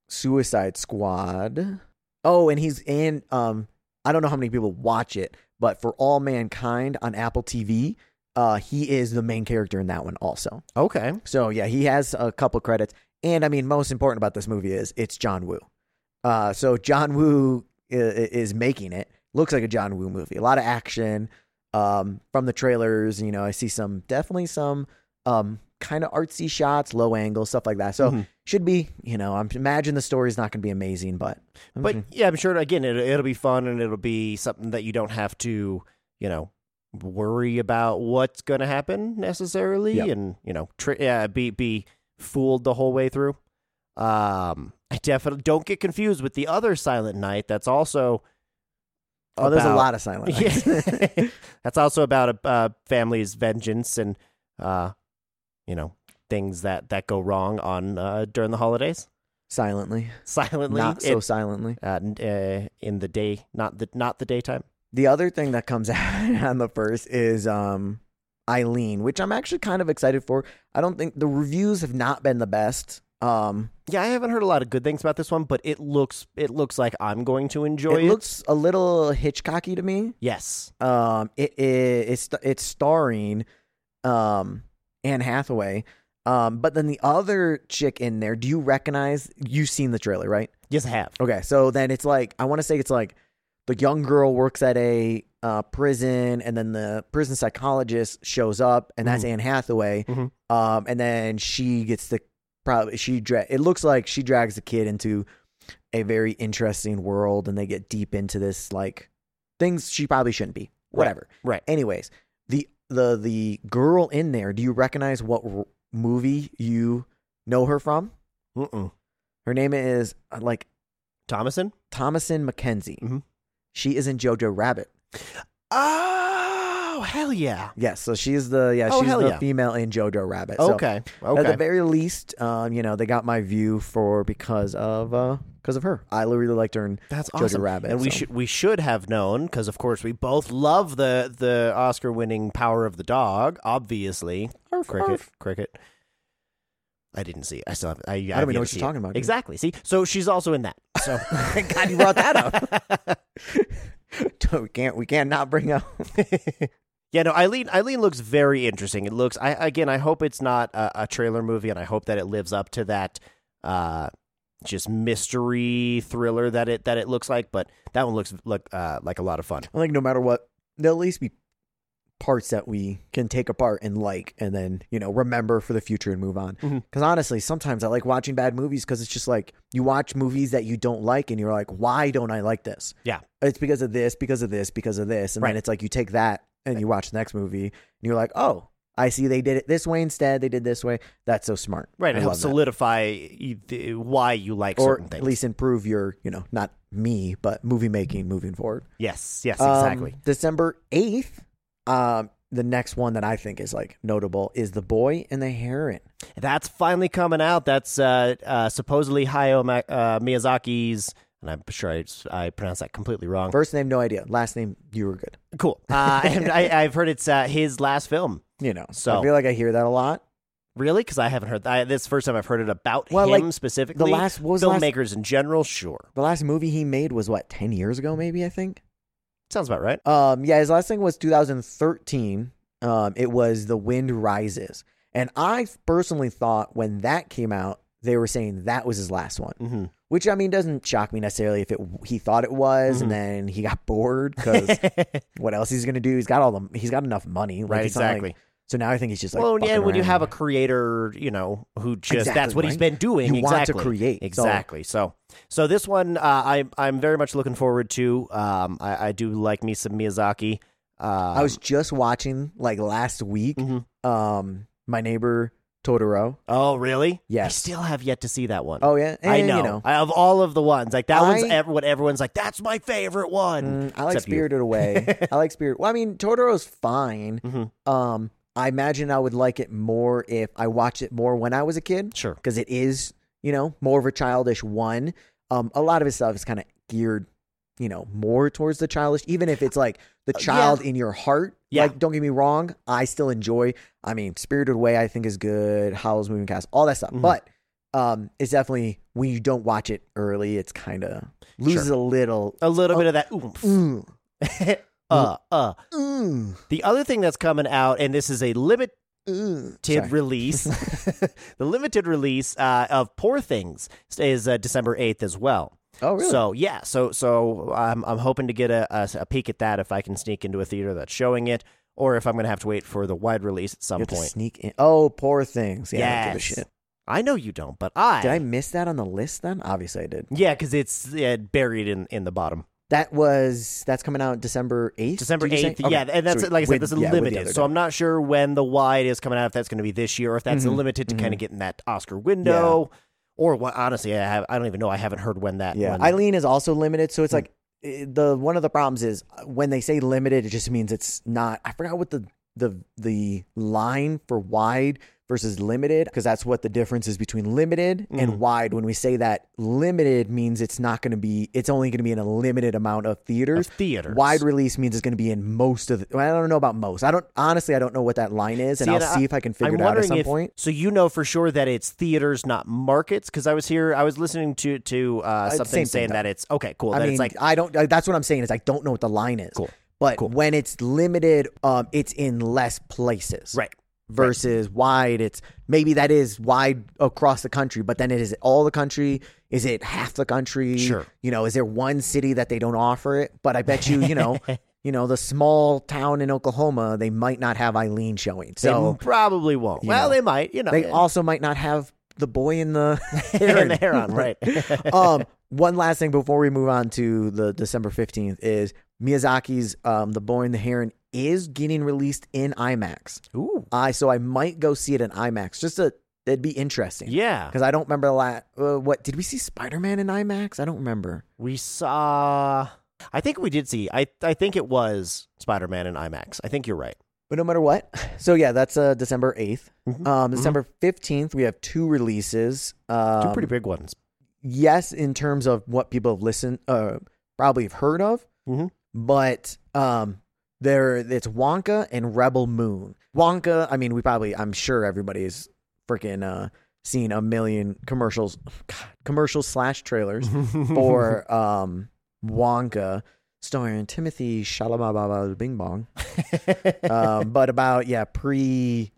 S2: Suicide Squad. Oh, and he's in. Um, I don't know how many people watch it, but for All Mankind on Apple TV, uh, he is the main character in that one also.
S1: Okay.
S2: So yeah, he has a couple credits, and I mean, most important about this movie is it's John Woo. Uh, so John Woo is, is making it. Looks like a John Woo movie. A lot of action. Um, from the trailers, you know, I see some definitely some um kind of artsy shots, low angle stuff like that. So
S1: Mm-hmm.
S2: should be, you know, I'm imagine the story's not going to be amazing, but mm-hmm.
S1: But yeah, I'm sure again it, it'll be fun and it'll be something that you don't have to, you know, worry about what's going to happen necessarily,
S2: Yep.
S1: and you know, tri- yeah, be be fooled the whole way through. Um, I definitely don't get confused with the other Silent Night. That's also
S2: oh, there's a
S1: about-
S2: lot of silent. Yeah.
S1: [laughs] Yeah. that's also about a uh, family's vengeance and uh, you know things that that go wrong on uh, during the holidays [laughs]
S2: silently,
S1: silently
S2: not so
S1: it-
S2: silently.
S1: uh, n- uh, in the day, not the not the daytime.
S2: The other thing that comes [laughs] out on the first is um Eileen, which I'm actually kind of excited for. I don't think the reviews have not been the best. Um
S1: Yeah, I haven't heard a lot of good things about this one, but it looks it looks like I'm going to enjoy it.
S2: it looks a little Hitchcocky to me.
S1: yes,
S2: Um it is it's it's starring um Anne Hathaway. Um but then the other chick in there, do you recognize you've seen the trailer, right?
S1: yes, I have.
S2: Okay, so then it's like I want to say it's like the young girl works at a uh, prison, and then the prison psychologist shows up, and
S1: Mm-hmm.
S2: that's Anne Hathaway.
S1: Mhm.
S2: Um, and then she gets the probably she dra- it looks like she drags the kid into a very interesting world, and they get deep into this like things she probably shouldn't be. Whatever.
S1: Right.
S2: Anyways, the the the girl in there, do you recognize what r- movie you know her from?
S1: Mm-mm.
S2: Her name is uh, like
S1: Thomason.
S2: Thomason McKenzie.
S1: Mhm.
S2: She is in Jojo Rabbit.
S1: Oh hell yeah!
S2: Yes, so she's the yeah,
S1: Oh,
S2: she's
S1: hell
S2: the
S1: yeah.
S2: female in Jojo Rabbit. So,
S1: Okay,
S2: At the
S1: okay.
S2: very least, um, you know, they got my view for because of uh because of her. I really liked her in
S1: That's
S2: Jojo
S1: awesome.
S2: Rabbit.
S1: and we
S2: so.
S1: should we should have known because of course we both love the the Oscar winning Power of the Dog. Obviously,
S2: Arf,
S1: cricket,
S2: arf.
S1: cricket. I didn't see. It. I still have. I, I,
S2: don't even know what you're talking about, dude.
S1: Exactly. See, so she's also in that. So
S2: [laughs]
S1: [laughs]
S2: God, you brought that up. [laughs] we can't we can't not bring up
S1: yeah, no. Eileen. Eileen looks very interesting. It looks. I again. I hope it's not a, a trailer movie, and I hope that it lives up to that. Uh, just mystery thriller that it that it looks like. But that one looks like uh like a lot of fun.
S2: I think no matter what, there'll at least be parts that we can take apart and like, and then you know remember for the future and move on.
S1: Mhm.
S2: Because honestly, sometimes I like watching bad movies because it's just like you watch movies that you don't like, and you're like, why don't I like this?
S1: Yeah.
S2: it's because of this, because of this, because of this, and
S1: Right.
S2: then it's like you take that and you watch the next movie, and you're like, oh, I see they did it this way instead. They did this way. That's so smart.
S1: Right,
S2: I
S1: it helps
S2: love that.
S1: solidify y- the- why you like
S2: or
S1: certain things.
S2: at least improve your, you know, not me, but movie making moving forward.
S1: yes, yes,
S2: Um,
S1: exactly.
S2: December 8th, um, the next one that I think is like notable is The Boy and the Heron.
S1: That's finally coming out. That's uh, uh, supposedly Hayao Ma- uh, Miyazaki's, and I'm sure I, I pronounced that completely wrong.
S2: First name, no idea. Last name, you were good.
S1: cool. Uh, and I, I've heard it's uh, his last film.
S2: You know,
S1: So-
S2: I feel like I hear that a lot.
S1: Really? Because I haven't heard that. This is the first time I've heard it about
S2: Well,
S1: him
S2: like,
S1: specifically.
S2: last- what was the last-
S1: filmmakers in general. Sure,
S2: The last movie he made was what, 10 years ago, maybe, I think?
S1: sounds about right.
S2: Um, yeah, his last thing was 2013. Um, it was The Wind Rises. And I personally thought when that came out they were saying that was his last one,
S1: [laughs] Mhm.
S2: which I mean doesn't shock me necessarily if it he thought it was,
S1: Mm-hmm.
S2: and then he got
S1: [laughs]
S2: bored because what else he's gonna do? He's got all the he's got enough money, like,
S1: Right,
S2: it's not like-
S1: exactly.
S2: so now I think he's just like,
S1: well,
S2: fucking
S1: yeah, when you
S2: around.
S1: have a creator, you know, who just that's
S2: Exactly,
S1: what he's
S2: right?
S1: been doing.
S2: You want to
S1: exactly.
S2: create, so-
S1: exactly. So, so this one, uh, I I'm very much looking forward to. Um, I, I do like me some Miyazaki. Uh,
S2: I was just watching like last week,
S1: Mhm.
S2: um, my neighbor Totoro.
S1: Oh, really? I
S2: Yes.
S1: still have yet to see that one.
S2: Oh yeah,
S1: I
S2: And,
S1: know.
S2: You know
S1: I- Of all of the ones, like that one's
S2: I-
S1: ev- what everyone's like. That's my favorite one.
S2: Mm, I like
S1: Except you. [laughs]
S2: Spirited Away. I like Spirit. Well, I mean, Totoro's fine.
S1: Mhm.
S2: Um, I imagine I would like it more if I watched it more when I was a kid
S1: Sure.
S2: because it is, you know, more of a childish one. Um, a lot of his stuff is kind of geared, you know, more towards the childish. Even if it's like the child in your heart.
S1: Uh, Yeah.
S2: Like, don't get me wrong. I still enjoy. I mean, Spirited Away, I think is good. Howl's Moving Castle, all that stuff.
S1: Mhm.
S2: But um, it's definitely when you don't watch it early, it's kind of loses a little.
S1: A little bit of that oomph.
S2: Mm.
S1: [laughs] Uh, uh.
S2: Mm,
S1: The other thing that's coming out, and this is a limited
S2: mm. Sorry. [laughs]
S1: release, [laughs] the limited release uh, of Poor Things is uh, December eighth as well.
S2: Oh, really?
S1: So yeah, so so I'm I'm hoping to get a, a, a peek at that if I can sneak into a theater that's showing it, or if I'm gonna have to wait for the wide release at some
S2: you have to
S1: point.
S2: sneak in. Oh, poor things. Yeah, I don't give a
S1: Yes.
S2: shit.
S1: I know you don't, but I
S2: Did I miss that on the list then? Obviously, I did.
S1: yeah, because it's uh, buried in in the bottom.
S2: That was that's coming out December eighth.
S1: December eighth. Yeah, and that's like I said, this is limited. So I'm not sure when the wide is coming out. If that's going to be this year, or if that's
S2: Mhm,
S1: limited to kind of get in that Oscar window, or what? Honestly, I have, I don't even know. I haven't heard when that.
S2: yeah.
S1: one- Hmm.
S2: Eileen is also limited, so it's like eh, the one of the problems is uh, when they say limited, it just means it's not. I forgot what the the the line for wide versus limited because that's what the difference is between limited
S1: Hmm.
S2: and wide. When we say that limited means it's not going to be, it's only going to be in a limited amount of theaters.
S1: theaters.
S2: Wide release means it's going to be in most of. The, well, I don't know about most. I don't honestly. I don't know what that line is, and
S1: See,
S2: I'll
S1: and I-
S2: see if I can figure
S1: I'm
S2: it out at
S1: wondering
S2: some
S1: if-
S2: point.
S1: So you know for sure that it's theaters, not markets, because I was here. I was listening to to uh,
S2: same
S1: something
S2: thing,
S1: saying
S2: though.
S1: that it's okay, cool.
S2: I
S1: that
S2: mean,
S1: it's like
S2: I don't. uh, That's what I'm saying is I don't know what the line is.
S1: Cool.
S2: But when it's limited, um, it's in less places.
S1: right.
S2: Versus wide, it's maybe that is wide across the country, but then it is it all the country? Is it half the country?
S1: Sure.
S2: You know, is there one city that they don't offer it? But I bet you, you
S1: [laughs]
S2: know, you know, the small town in Oklahoma, they might not have Eileen showing.
S1: They
S2: So
S1: probably won't. Well,
S2: know,
S1: they might. You know, [laughs]
S2: they also might not have the boy in the [laughs]
S1: and the hair on right. [laughs]
S2: um, one last thing before we move on to the December 15th is Miyazaki's um, The Boy and the Heron is getting released in IMAX.
S1: Ooh,
S2: I so I might go see it in IMAX. Just to it'd be interesting.
S1: yeah.
S2: Because I don't remember the last. Uh, what did we see Spider Man in IMAX? I don't remember.
S1: We saw. I think we did see. I I think it was Spider Man in IMAX. I think you're right.
S2: But no matter what, [laughs] so yeah, that's uh, December 8th.
S1: Mhm.
S2: Um, December 15th, we have two releases.
S1: Two
S2: Um,
S1: pretty big
S2: [laughs]
S1: ones.
S2: yes, in terms of what people have listened, uh, probably have heard of,
S1: Mhm.
S2: but um, there it's Wonka and Rebel Moon. Wonka, I mean, we probably, I'm sure everybody's freaking uh, seen a million commercials, [sighs] God, commercials slash trailers
S1: [laughs]
S2: [laughs] for um, Wonka, starring Timothy Shalababa Bing Bong. um, but about yeah, pre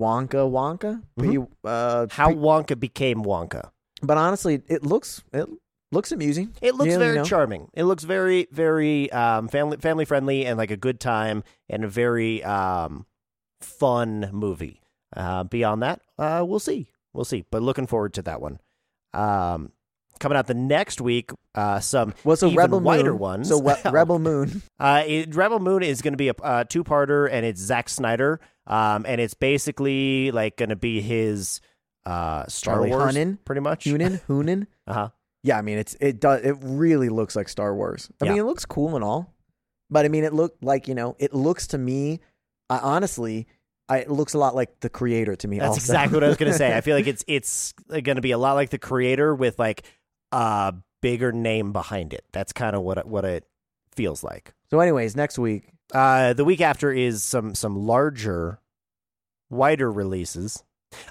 S2: Wonka Wonka, pre uh,
S1: [laughs] How Wonka became Wonka.
S2: but honestly, it looks it looks amusing.
S1: It looks
S2: Yeah, you
S1: very
S2: know.
S1: charming. It looks very very um, family family friendly and like a good time and a very um, fun movie. Uh, beyond that, uh, we'll see. We'll see. But looking forward to that one. Um, coming out the next week, uh, some
S2: Well, so
S1: even
S2: Rebel
S1: wider
S2: Moon,
S1: ones. [laughs]
S2: So what, Rebel Moon.
S1: Uh, it, Rebel Moon is going to be a uh, two-parter, and it's Zack Snyder, um, and it's basically like going to be his uh, Star
S2: Charlie
S1: Wars,
S2: Hunnam?
S1: pretty much.
S2: Hunan Hunan.
S1: Uh-huh.
S2: Yeah, I mean it's it does it really looks like Star Wars. I
S1: Yeah.
S2: mean it looks cool and all, but I mean it looked like you know it looks to me, I, honestly, I, it looks a lot like the creator to me.
S1: That's
S2: also.
S1: exactly what I was going to say. I feel like it's it's going to be a lot like the creator with like a bigger name behind it. That's kind of what it- what it feels like.
S2: [laughs] so, anyways, next week.
S1: Uh, the week after is some some larger, wider releases.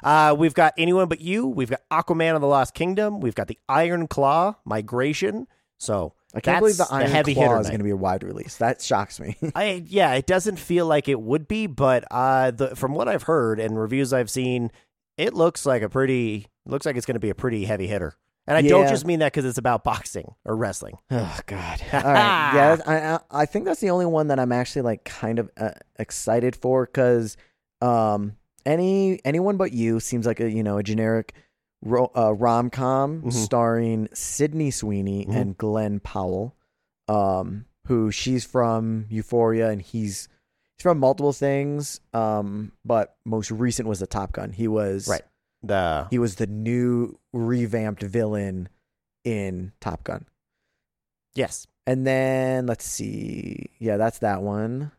S1: Uh, we've got anyone but you. We've got Aquaman and the Lost Kingdom. We've got the Iron Claw Migration. So
S2: [laughs] I
S1: that's
S2: can't believe the Iron
S1: heavy hitter
S2: Claw is
S1: night.
S2: going to be a wide release. That shocks me. [laughs]
S1: I yeah, it doesn't feel like it would be, but uh, the, from what I've heard and reviews I've seen, it looks like a pretty looks like it's going to be a pretty heavy hitter. And I don't
S2: Yeah.
S1: just mean that because it's about boxing or wrestling.
S2: Oh God!
S1: [laughs]
S2: All right, yeah, that's- I I I think that's the only one that I'm actually like kind of uh, excited for because um any anyone but you seems like a you know a generic ro- uh, rom com
S1: Mhm.
S2: starring Sydney Sweeney
S1: Mhm.
S2: and Glenn Powell, um who she's from Euphoria and he's he's from multiple things um but most recent was the Top Gun he was
S1: Right. The
S2: he was the new revamped villain in Top Gun.
S1: yes,
S2: And then let's see. Yeah, that's that one.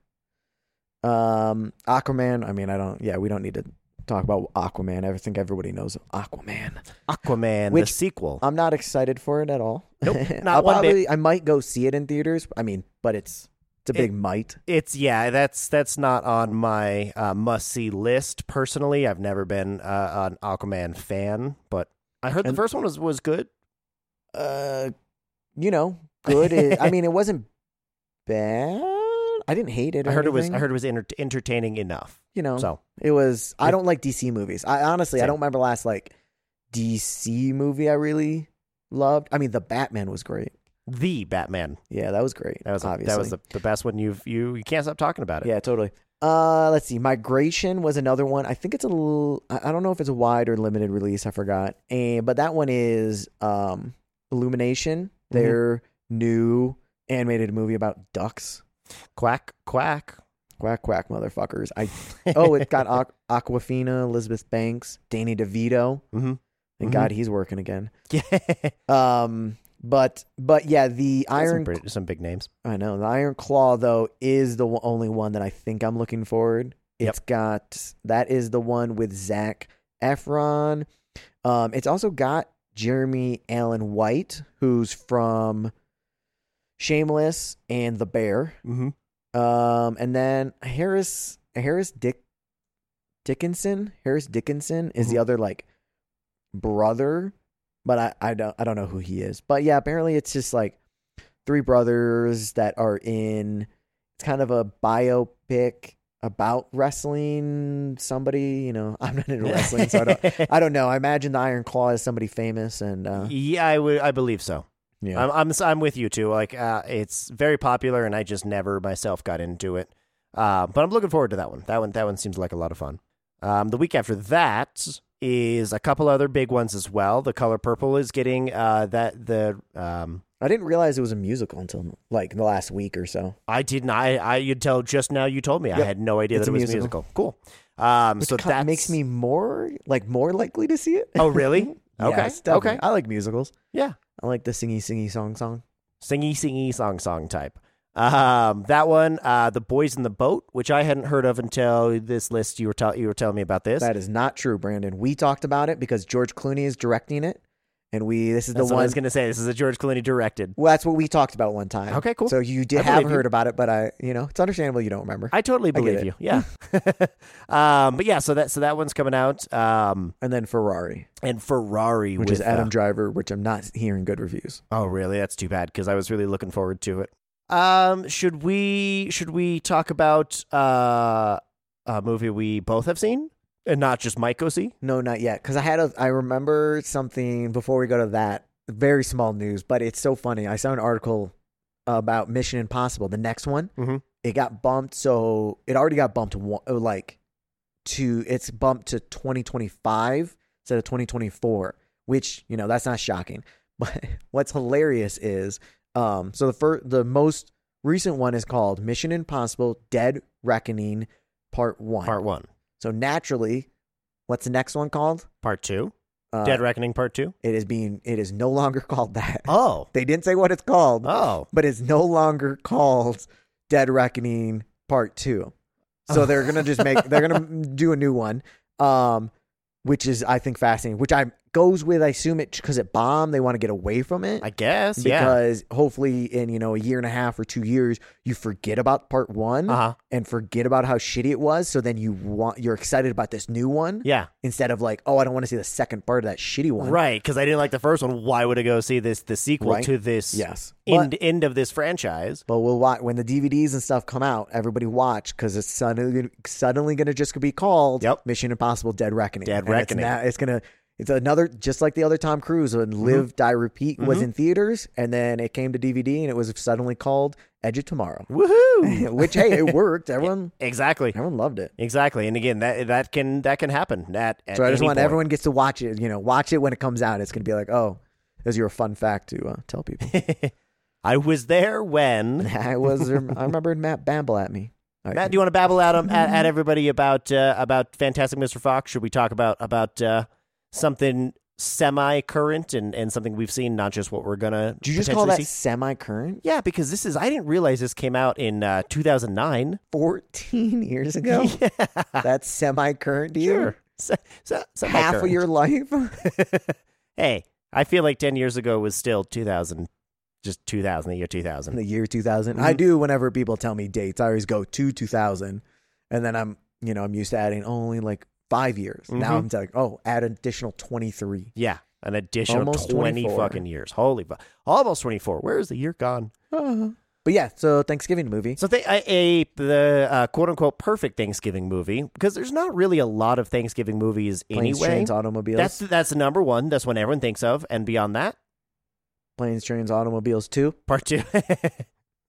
S2: Um Aquaman, I mean, I don't yeah, we don't need to talk about Aquaman. I think everybody knows Aquaman.
S1: Aquaman,
S2: Which-
S1: the sequel.
S2: I'm not excited for it at all. [laughs]
S1: Nope, not
S2: I'll
S1: one bit.
S2: probably, I might go see it in theaters. I mean, but it's it's a big might.
S1: it's yeah, that's that's not on my uh, must see list personally. I've never been uh, an Aquaman fan, but I heard
S2: And-
S1: the first one was was good.
S2: Uh you know,
S1: [laughs]
S2: good is, I mean, it wasn't bad. I didn't hate it. or
S1: I heard it was I
S2: anything. Oh.
S1: heard it was enter- entertaining enough.
S2: you know.
S1: So
S2: It was. I
S1: Yeah.
S2: don't like DC movies. I honestly, I
S1: Same.
S2: don't remember last like DC movie I really loved. I mean, the Batman was great.
S1: the Batman
S2: Yeah, that was great.
S1: that was a-
S2: obviously
S1: that was the, the best one you've you you can't stop talking about it.
S2: yeah, totally. Uh, let's see. Migration was another one. I think it's a little. I I don't know if it's a wide or limited release. I forgot. And but that one is um Illumination,
S1: Mm-hmm.
S2: their new animated movie about ducks.
S1: Quack quack.
S2: Quack quack, motherfuckers! I [laughs] oh,
S1: [laughs]
S2: it got Aqu- Aquafina, Elizabeth Banks, Danny DeVito.
S1: [laughs] hmm
S2: Thank
S1: Mhm.
S2: God he's working again.
S1: Yeah,
S2: Um, but but yeah, the
S1: some,
S2: [laughs] Iron.
S1: pretty- some big names.
S2: I know the Iron Claw though is the one- only one that I think I'm looking forward. It's got that is the one with Zach Efron. Um, it's also got Jeremy Allen White, who's from Shameless and The Bear.
S1: Mm-hmm.
S2: Um, and then Harris Harris Dick Dickinson Harris Dickinson is the other like brother, but I I don't I don't know who he is. But yeah, apparently it's just like three brothers that are in it's kind of a biopic about wrestling somebody. You know, [laughs] I'm not into wrestling, so
S1: [laughs]
S2: I don't I don't know. I imagine the Iron Claw is somebody famous, and uh,
S1: yeah, I would. I believe so.
S2: yeah,
S1: I'm, I'm s- I'm with you too. Like uh, it's very popular, and I just never myself got into it. Uh, but I'm looking forward to that one. That one that one seems like a lot of fun. Um, the week after that is a couple other big ones as well. The color purple is getting uh, that the um,
S2: I didn't realize it was a musical until like the last week or so.
S1: I didn't. I, I you tell just now. You told me I
S2: Yep.
S1: had no idea
S2: It's
S1: that it
S2: a
S1: was
S2: musical.
S1: musical. Cool. Um,
S2: Which
S1: so
S2: kind
S1: that
S2: of makes me more like more likely to see it.
S1: [laughs]
S2: [laughs]
S1: Oh, really? Okay.
S2: Yes, definitely.
S1: Okay.
S2: I like musicals.
S1: Yeah.
S2: I like the singy singy song song.
S1: Singy, singy, song, song type. Um, that one, uh, the boys in the boat, which I hadn't heard of until this list. You were tell you were telling me about this.
S2: That is not true, Brandon. We talked about it because George Clooney is directing it, and we this is
S1: That's
S2: the
S1: what I
S2: one.
S1: was gonna say. This is a George Clooney directed.
S2: well, that's what we talked about one time.
S1: Okay, cool.
S2: So you
S1: I
S2: did have
S1: believe you.
S2: heard about it, but I, you know, it's understandable you don't remember.
S1: I totally
S2: get
S1: believe
S2: it.
S1: you. Yeah. [laughs] um, but yeah, so that so that one's coming out. Um,
S2: and then Ferrari,
S1: and Ferrari,
S2: which
S1: with,
S2: is Adam
S1: uh,
S2: Driver, which I'm not hearing good reviews.
S1: Oh, really? That's too bad because I was really looking forward to it. Um, should we should we talk about uh, a movie we both have seen and not just Mike go see?
S2: No, not yet. Because I had a, I remember something before we go to that. Very small news, but it's so funny. I saw an article about Mission Impossible, the next one.
S1: Mhm.
S2: It got bumped, so it already got bumped one, oh, like to it's bumped to 2025 instead of 2024, which you know that's not shocking. [laughs] But what's hilarious is, um, so the first, the most recent one is called Mission Impossible: Dead Reckoning, Part One.
S1: Part one,
S2: So naturally, what's the next one called?
S1: part two,
S2: Uh,
S1: Dead Reckoning, part two.
S2: It is being. It is no longer [laughs] called that.
S1: Oh,
S2: They didn't say what it's called,
S1: oh,
S2: but it's no longer called Dead Reckoning Part Two. So
S1: [laughs]
S2: they're gonna just make. They're gonna do a new one, um, which is I think fascinating. Which I'm goes with, I assume it because it bombed. They want to get away from it.
S1: I guess. yeah.
S2: because hopefully in you know a year and a half or two years you forget about part one
S1: Uh huh.
S2: and forget about how shitty it was so then you want you're excited about this new one
S1: Yeah.
S2: instead of like oh i don't want to see the second part of that shitty one
S1: Right, because I didn't like the first one. Why would I go see this the sequel
S2: Right.
S1: to this
S2: yes but,
S1: end end of this franchise?
S2: but we'll watch when the dvds and stuff come out everybody watch because it's suddenly suddenly gonna just be called
S1: Yep.
S2: mission impossible dead reckoning
S1: Dead
S2: And it's
S1: Reckoning. Mm-hmm.
S2: na- it's, gonna it's another just like the other tom cruise when live die repeat was in theaters and then it came to dvd and it was suddenly called edge
S1: [laughs]
S2: of tomorrow [laughs]
S1: Woohoo!
S2: which hey, it worked. Everyone,
S1: exactly,
S2: everyone loved it.
S1: exactly. And again, that that can that can happen. That
S2: So I just want everyone gets to watch it. You know, watch it when it comes out. It's gonna be like, oh, those are your fun fact to uh, tell people.
S1: [laughs] I was there when
S2: [laughs] I was. I remembered Matt Bamble at me. I
S1: Matt. Do you want to babble at 'em- at,
S2: [laughs]
S1: at everybody about uh, about Fantastic Mr. Fox? Should we talk about about uh, something semi current and and something we've seen, not just what we're gonna?
S2: Did you just call that
S1: potentially see?
S2: semi-current?
S1: Yeah, because this is I didn't realize this came out in uh, 2009.
S2: Fourteen
S1: [laughs]
S2: years ago. That's semi-current to you.
S1: Sure. [laughs] So, so,
S2: Half
S1: semi-current.
S2: of your life.
S1: [laughs]
S2: [laughs]
S1: hey, I feel like 10 years ago was still 2000, just 2000, the year
S2: In
S1: 2000.
S2: the year 2000.
S1: Mm-hmm.
S2: I do. Whenever people tell me dates, I always go to 2000, and then I'm, you know, I'm used to adding only like five years.
S1: Mm-hmm.
S2: Now I'm like, oh, add an additional 23.
S1: Yeah, an additional
S2: Almost
S1: 20
S2: 24.
S1: fucking years. Holy fuck. Almost 24. Where is the year gone?
S2: But yeah, so Thanksgiving movie.
S1: Uh-huh. So they, I, a the uh, quote unquote perfect Thanksgiving movie because there's not really a lot of Thanksgiving movies
S2: Planes,
S1: anyway.
S2: trains, automobiles.
S1: that's that's the number one. That's one everyone thinks of. And beyond that,
S2: planes, trains, automobiles. Two,
S1: part two, [laughs]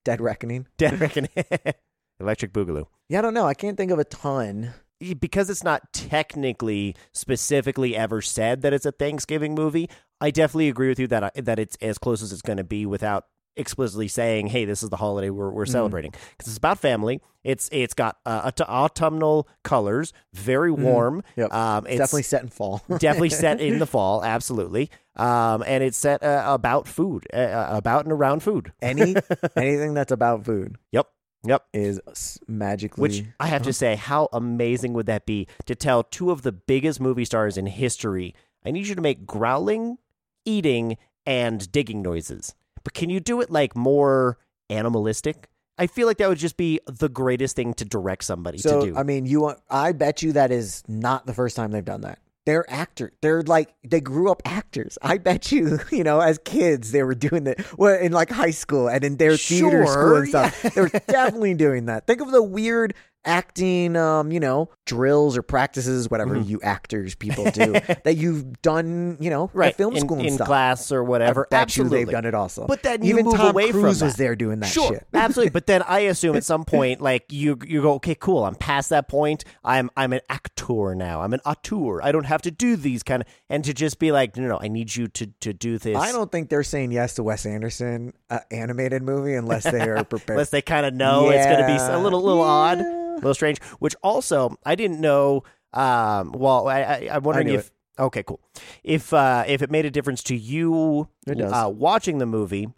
S2: Dead Reckoning.
S1: Dead Reckoning, [laughs] Electric Boogaloo.
S2: Yeah, I don't know. I can't think of a ton.
S1: because it's not technically specifically ever said that it's a Thanksgiving movie, I definitely agree with you that I, that it's as close as it's going to be without explicitly saying, "Hey, this is the holiday we're
S2: Mm-hmm.
S1: we're celebrating." Because it's about family. It's it's got uh, aut- autumnal colors, very warm.
S2: Mm-hmm. Yep.
S1: Um,
S2: It's definitely set in fall. [laughs]
S1: definitely set in the fall, absolutely. Um, and it's set uh, about food, uh, uh, about and around food. [laughs]
S2: Any anything that's about food
S1: Yep. Yep.
S2: is s- magically.
S1: Which I have
S2: Uh-huh.
S1: to say, how amazing would that be to tell two of the biggest movie stars in history, I need you to make growling, eating, and digging noises. But can you do it like more animalistic? I feel like that would just be the greatest thing to direct somebody
S2: so
S1: to do.
S2: I mean, you want? I bet you that is not the first time they've done that. They're actor. They're like they grew up actors. I bet you, [laughs] you know, as kids they were doing that. Well, in like high school and in their theater school
S1: Sure,
S2: and stuff,
S1: [laughs]
S2: they were definitely doing that. Think of the weird acting, um, you know, drills or practices, whatever
S1: Mm-hmm.
S2: you actors people
S1: [laughs]
S2: do that you've done, you know, at film
S1: in,
S2: school and
S1: in
S2: stuff.
S1: class or
S2: I
S1: whatever.
S2: bet you
S1: Absolutely,
S2: they've done it also.
S1: But then you
S2: even
S1: move
S2: Tom
S1: away from
S2: Cruise was
S1: that.
S2: there doing that
S1: sure,
S2: shit.
S1: [laughs] absolutely. But then I assume at some point, like you, you go, okay, cool. I'm past that point. I'm I'm an actor now. I'm an auteur. I don't have to do these kind of and to just be like, no, no, no, I need you to to do this.
S2: I don't think they're saying yes to Wes Anderson uh, animated movie unless they
S1: [laughs]
S2: are prepared.
S1: unless they kind of know it's going to be
S2: Yeah.
S1: a little little odd,
S2: Yeah.
S1: a little strange. Which also I didn't know. Um, well, I, I I'm wondering
S2: knew
S1: if okay, cool. If uh, if it made a difference to you
S2: It does.
S1: uh, watching the movie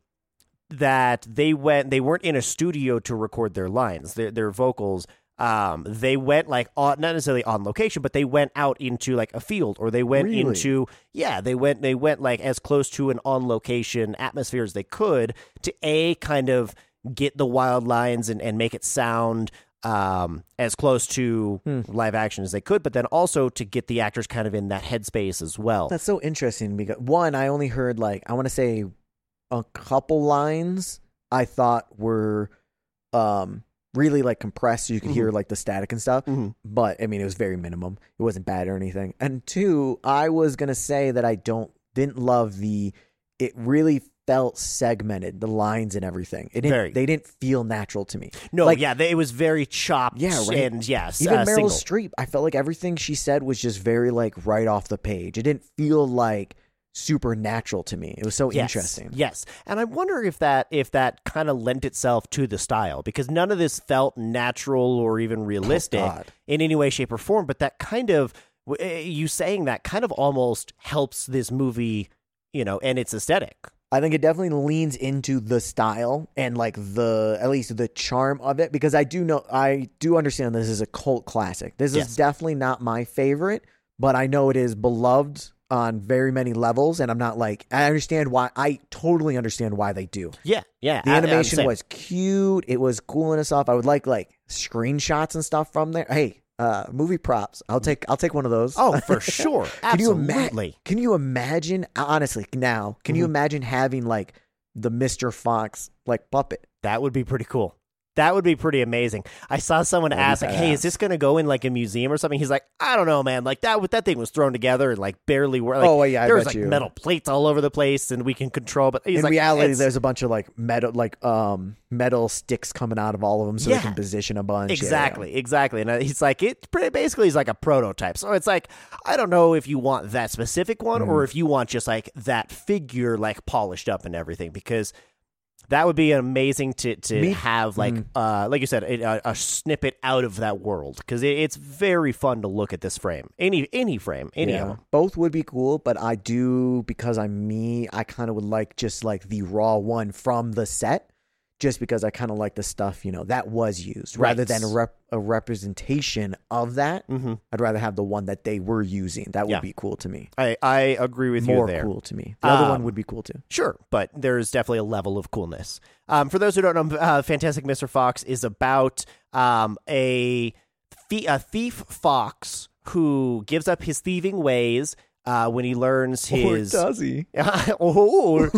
S1: that they went they weren't in a studio to record their lines their their vocals um they went like on, not necessarily on location but they went out into like a field or they went
S2: Really?
S1: into yeah they went they went like as close to an on location atmosphere as they could to a kind of get the wild lines and and make it sound um as close to
S2: Hmm.
S1: live action as they could but then also to get the actors kind of in that headspace as well
S2: That's so interesting because one, I only heard like I want to say a couple lines I thought were um really like compressed so you could
S1: Mm-hmm.
S2: hear like the static and stuff.
S1: Mhm.
S2: But I mean it was very minimum. It wasn't bad or anything. And two, I was going to say that I don't didn't love the it really felt segmented the lines and everything. It didn't,
S1: Very.
S2: They didn't feel natural to me.
S1: no
S2: like-
S1: yeah they, it was very chopped
S2: Yeah, right.
S1: and yes
S2: Even
S1: uh,
S2: Meryl
S1: single.
S2: Streep, I felt like everything she said was just very like right off the page. It didn't feel like supernatural to me. It was so
S1: Yes,
S2: interesting.
S1: Yes, and I wonder if that if that kind of lent itself to the style because none of this felt natural or even realistic
S2: Oh, God.
S1: in any way, shape, or form. But that kind of w- eh, you saying that kind of almost helps this movie, you know, and its aesthetic.
S2: I think it definitely leans into the style and like the at least the charm of it because I do know I do understand this is a cult classic. This
S1: Yes.
S2: is definitely not my favorite, but I know it is beloved. on very many levels, and I'm not like I understand why. I totally understand why they do.
S1: Yeah, yeah.
S2: The
S1: I- I'm
S2: animation
S1: same.
S2: was cute. It was cool and stuff. I would like like screenshots and stuff from there. Hey, uh, movie props.
S1: Mm.
S2: I'll take I'll take one of those.
S1: oh
S2: [laughs]
S1: for sure,
S2: Can you, ima-
S1: absolutely.
S2: can you imagine honestly now? Can you imagine having like the Mr. Fox like puppet?
S1: That would be pretty cool. That would be pretty amazing. I saw someone
S2: That'd be
S1: ask, like, "Hey, is
S2: badass.
S1: this going to go in like a museum or something?" He's like, "I don't know, man. Like that that thing was thrown together and like barely worked. Like,
S2: oh yeah, I
S1: there was
S2: bet
S1: like
S2: you.
S1: metal plates all over the place, and we can control." But he's
S2: In
S1: like,
S2: reality,
S1: "It's-
S2: there's a bunch of like metal like um metal sticks coming out of all of them, so
S1: Yeah.
S2: they can position a bunch. Yeah, yeah.
S1: Exactly, exactly. And uh, he's like, it pretty basically is like a prototype. So it's like, I don't know if you want that specific one
S2: Mm.
S1: or if you want just like that figure, like polished up and everything, because that would be amazing to to
S2: Me- Mm.
S1: have like uh like you said it, a, a snippet out of that world because it, it's very fun to look at this frame any any frame any of
S2: Yeah.
S1: them
S2: Both would be cool, but I do because I'm me. I kind of would like just like the raw one from the set, just because I kind of like the stuff you know that was used rather
S1: Right.
S2: than a, rep- a representation of that.
S1: Mhm.
S2: I'd rather have the one that they were using. That would
S1: Yeah.
S2: be cool to me.
S1: I I agree with you
S2: More
S1: there
S2: cool to me. The other one
S1: Um,
S2: would be cool too.
S1: Sure, but there's definitely a level of coolness. Um, for those who don't know, uh, Fantastic Mr. Fox is about um, a, thie- a thief fox who gives up his thieving ways uh, when he learns his.
S2: he?
S1: [laughs] or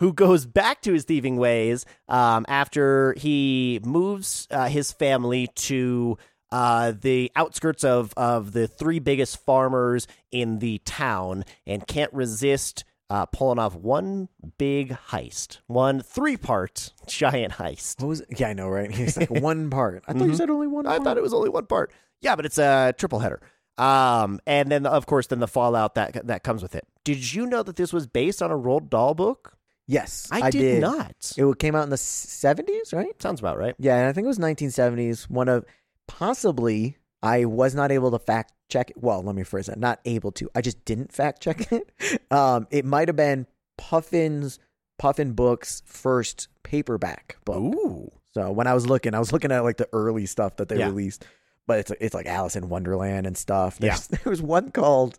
S1: who goes back to his thieving ways um, after he moves uh, his family to uh, the outskirts of, of the three biggest farmers in the town and can't resist uh, pulling off one big heist, one three part [laughs] giant heist.
S2: What was? It? Yeah, I know, right? [laughs]
S1: [laughs]
S2: It's like one part. I thought you said only one.
S1: Mm-hmm. I
S2: part.
S1: thought it was only one part. Yeah, but it's a triple header. Um, and then of course, then the fallout that that comes with it. Did you know that this was based on a Roald Dahl book?
S2: Yes,
S1: I, did, not.
S2: It came out in the seventies, right?
S1: Sounds about right.
S2: Yeah, and I think it was 1970s. One of possibly I was not able to fact check it. Well, let me phrase that. Not able to. I just didn't fact check [laughs] it. Um, it might have been Puffin's Puffin Books' first paperback book.
S1: Ooh.
S2: So when I was looking, I was looking at like the early stuff that they
S1: Yeah.
S2: released, but it's it's like Alice in Wonderland and stuff.
S1: Yeah.
S2: There's, [laughs] There was one called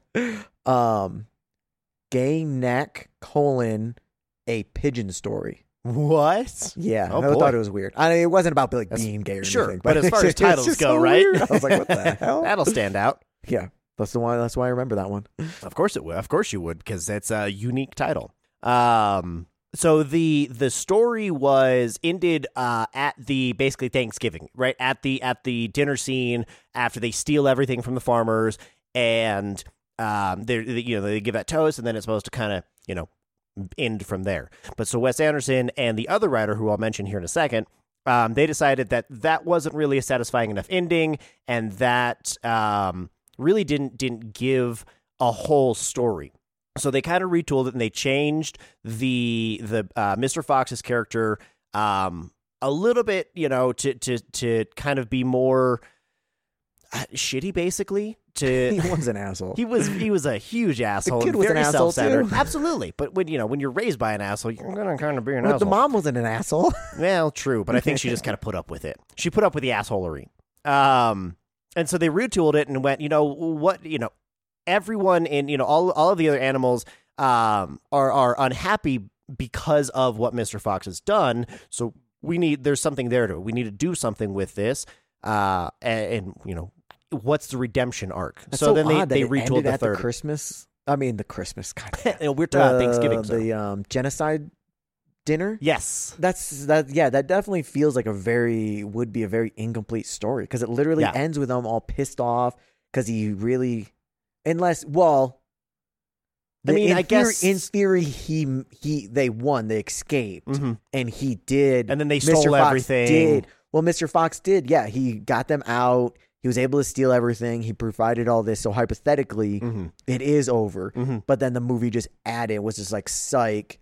S2: um, "Gay Neck colon a Pigeon Story."
S1: What?
S2: Yeah,
S1: Oh,
S2: I
S1: boy.
S2: thought it was weird. I mean, it wasn't about like
S1: That's-
S2: being gay or
S1: Sure,
S2: anything.
S1: but,
S2: [laughs]
S1: as far as
S2: it's just
S1: titles go,
S2: so
S1: right?
S2: weird. I was like,
S1: [laughs]
S2: what the hell?
S1: That'll stand out.
S2: yeah, that's the one. That's why I remember that one.
S1: Of course it would. Of course you would, because that's a unique title. Um. So the the story was ended uh, at the basically Thanksgiving, right at the at the dinner scene after they steal everything from the farmers and um they they- you know they give that toast and then it's supposed to kind of you know end from there. But so Wes Anderson and the other writer who I'll mention here in a second, um, they decided that that wasn't really a satisfying enough ending, and that um, really didn't didn't give a whole story. So they kind of retooled it and they changed the the uh, Mr. Fox's character um, a little bit, you know, to to to kind of be more uh, shitty, basically. To
S2: [laughs] He was an asshole.
S1: [laughs] he was he was a huge asshole.
S2: kid
S1: and
S2: was an
S1: very
S2: asshole,
S1: self-centered.
S2: too.
S1: Absolutely, but when you know when you're raised by an asshole, you're gonna kind of be an
S2: but the
S1: asshole.
S2: mom wasn't an asshole. [laughs]
S1: Well, true, but I think she just kind of put up with it. She put up with the assholery. Um, and so they retooled it and went, you know what, you know, everyone in you know all all of the other animals um are are unhappy because of what Mr. Fox has done. So we need there's something there to it. We need to do something with this. Uh, and, and you know. What's the redemption arc?
S2: That's
S1: so, then
S2: odd that
S1: they, they
S2: it
S1: retooled
S2: ended
S1: the
S2: at
S1: third.
S2: the Christmas. I mean, the Christmas. God, damn.
S1: Yeah, we're talking about
S2: Uh,
S1: Ah, Thanksgiving. so-
S2: the um, genocide dinner.
S1: yes.
S2: That's that. Yeah, that definitely feels like a very would be a very incomplete story because it literally
S1: Yeah.
S2: ends with them all pissed off because he really, unless well,
S1: I mean,
S2: in
S1: I
S2: theory-
S1: guess-
S2: in theory he he they won, they escaped,
S1: Mhm.
S2: and he did,
S1: And then they
S2: Mr.
S1: stole
S2: mm-hmm. Fox
S1: everything.
S2: Did well, Mr. Fox did, yeah, he got them out. He was able to steal everything. He provided all this, so hypothetically,
S1: Mhm.
S2: it is over.
S1: Mhm.
S2: But then the movie just added was just like psych,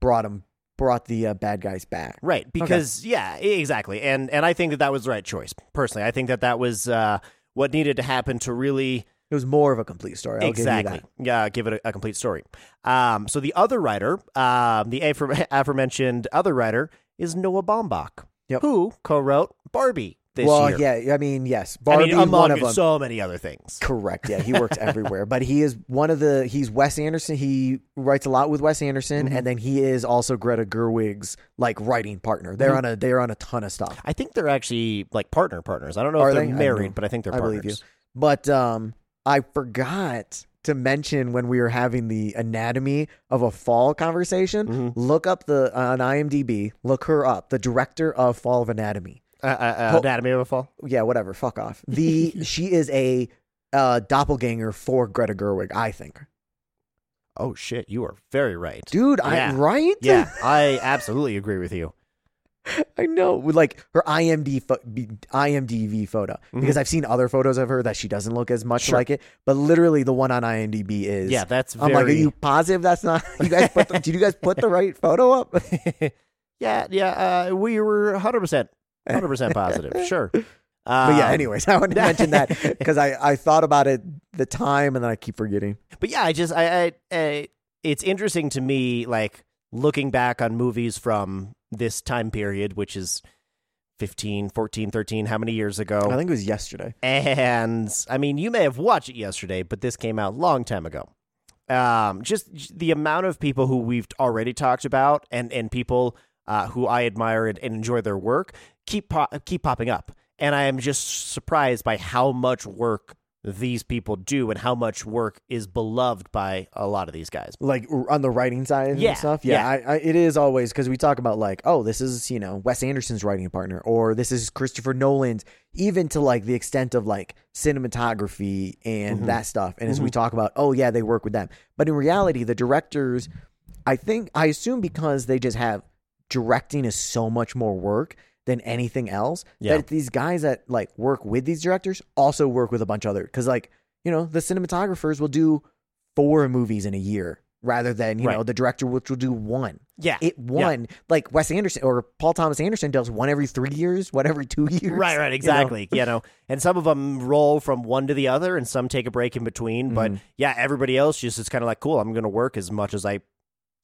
S2: brought him brought the uh, bad guys back.
S1: Right, because yeah, e- exactly, and and I think that that was the right choice. Personally, I think that that was uh, what needed to happen to really
S2: It was more of a complete story. I'll
S1: exactly
S2: Give you
S1: yeah give it a, a complete story. Um, so the other writer, um, the [laughs] afor- aforementioned other writer, is Noah Baumbach,
S2: Yep.
S1: who co-wrote Barbie this
S2: well,
S1: year.
S2: yeah, I mean, yes,
S1: I
S2: Barbie
S1: mean, among
S2: one of them.
S1: so many other things.
S2: Correct. Yeah, he works everywhere, but he is one of the. He's Wes Anderson. He writes a lot with Wes Anderson,
S1: Mm-hmm.
S2: and then he is also Greta Gerwig's like writing partner. They're
S1: Mm-hmm.
S2: on a they're on a ton of stuff.
S1: I think they're actually like partner partners. I don't know
S2: Are
S1: if they're
S2: they? I
S1: married,
S2: know.
S1: but I think they're
S2: I
S1: partners.
S2: believe you. But um, I forgot to mention when we were having the anatomy of a fall conversation.
S1: Mm-hmm.
S2: Look up the uh, on IMDb. Look her up. The director of Fall of Anatomy.
S1: Uh, uh, uh,
S2: Well-
S1: Anatomy of a Fall.
S2: Yeah, whatever. Fuck off.
S1: [laughs]
S2: The she is a uh, doppelganger for Greta Gerwig. I think,
S1: Oh shit, you are very right,
S2: dude.
S1: Yeah.
S2: I right.
S1: Yeah, I absolutely agree with you.
S2: [laughs] I know. With like her IMD pho- b- IMDb photo because I've seen other photos of her that she doesn't look as much
S1: Mm-hmm. Sure.
S2: like it. But literally, the one on IMDb is
S1: Yeah, that's
S2: I'm
S1: very.
S2: like, are you positive that's not [laughs] you guys? Put the, did you guys put the right photo up?
S1: Yeah, yeah. Uh, we were 100 percent, 100 percent positive.
S2: [laughs]
S1: Sure. Uh,
S2: but yeah, anyways, I wanted to mention that [laughs] because I I thought about it the time and then I keep forgetting.
S1: But yeah, I just I, I, I it's interesting to me like looking back on movies from this time period, which is 15, 14, 13, how many years ago?
S2: think it was yesterday.
S1: And I mean, you may have watched it yesterday, but this came out a long time ago. Um, just j- the amount of people who we've already talked about, and and people uh, who I admire and, and enjoy their work keep po- keep popping up, and I am just surprised by how much work these people do and how much work is beloved by a lot of these guys.
S2: Like r- on the writing side
S1: Yeah,
S2: and stuff. Yeah,
S1: yeah.
S2: I, I, it is always because we talk about like, oh, this is you know Wes Anderson's writing partner, or this is Christopher Nolan's, even to like the extent of like cinematography and
S1: Mm-hmm.
S2: that stuff. And as we talk about, oh yeah, they work with them, but in reality, the directors, I think, I assume because they just have directing is so much more work than anything else
S1: Yeah.
S2: that these guys that like work with these directors also work with a bunch of other because like you know the cinematographers will do four movies in a year rather than you
S1: Right.
S2: know the director which will do one
S1: Yeah,
S2: it one like wes anderson or paul thomas anderson does one every three years [laughs] one every two years
S1: Right, right,
S2: you know?
S1: exactly. You know? and some of them roll from one to the other, and some take a break in between. But
S2: Mm-hmm.
S1: yeah, everybody else just is kind of like, cool, I'm going to work as much as I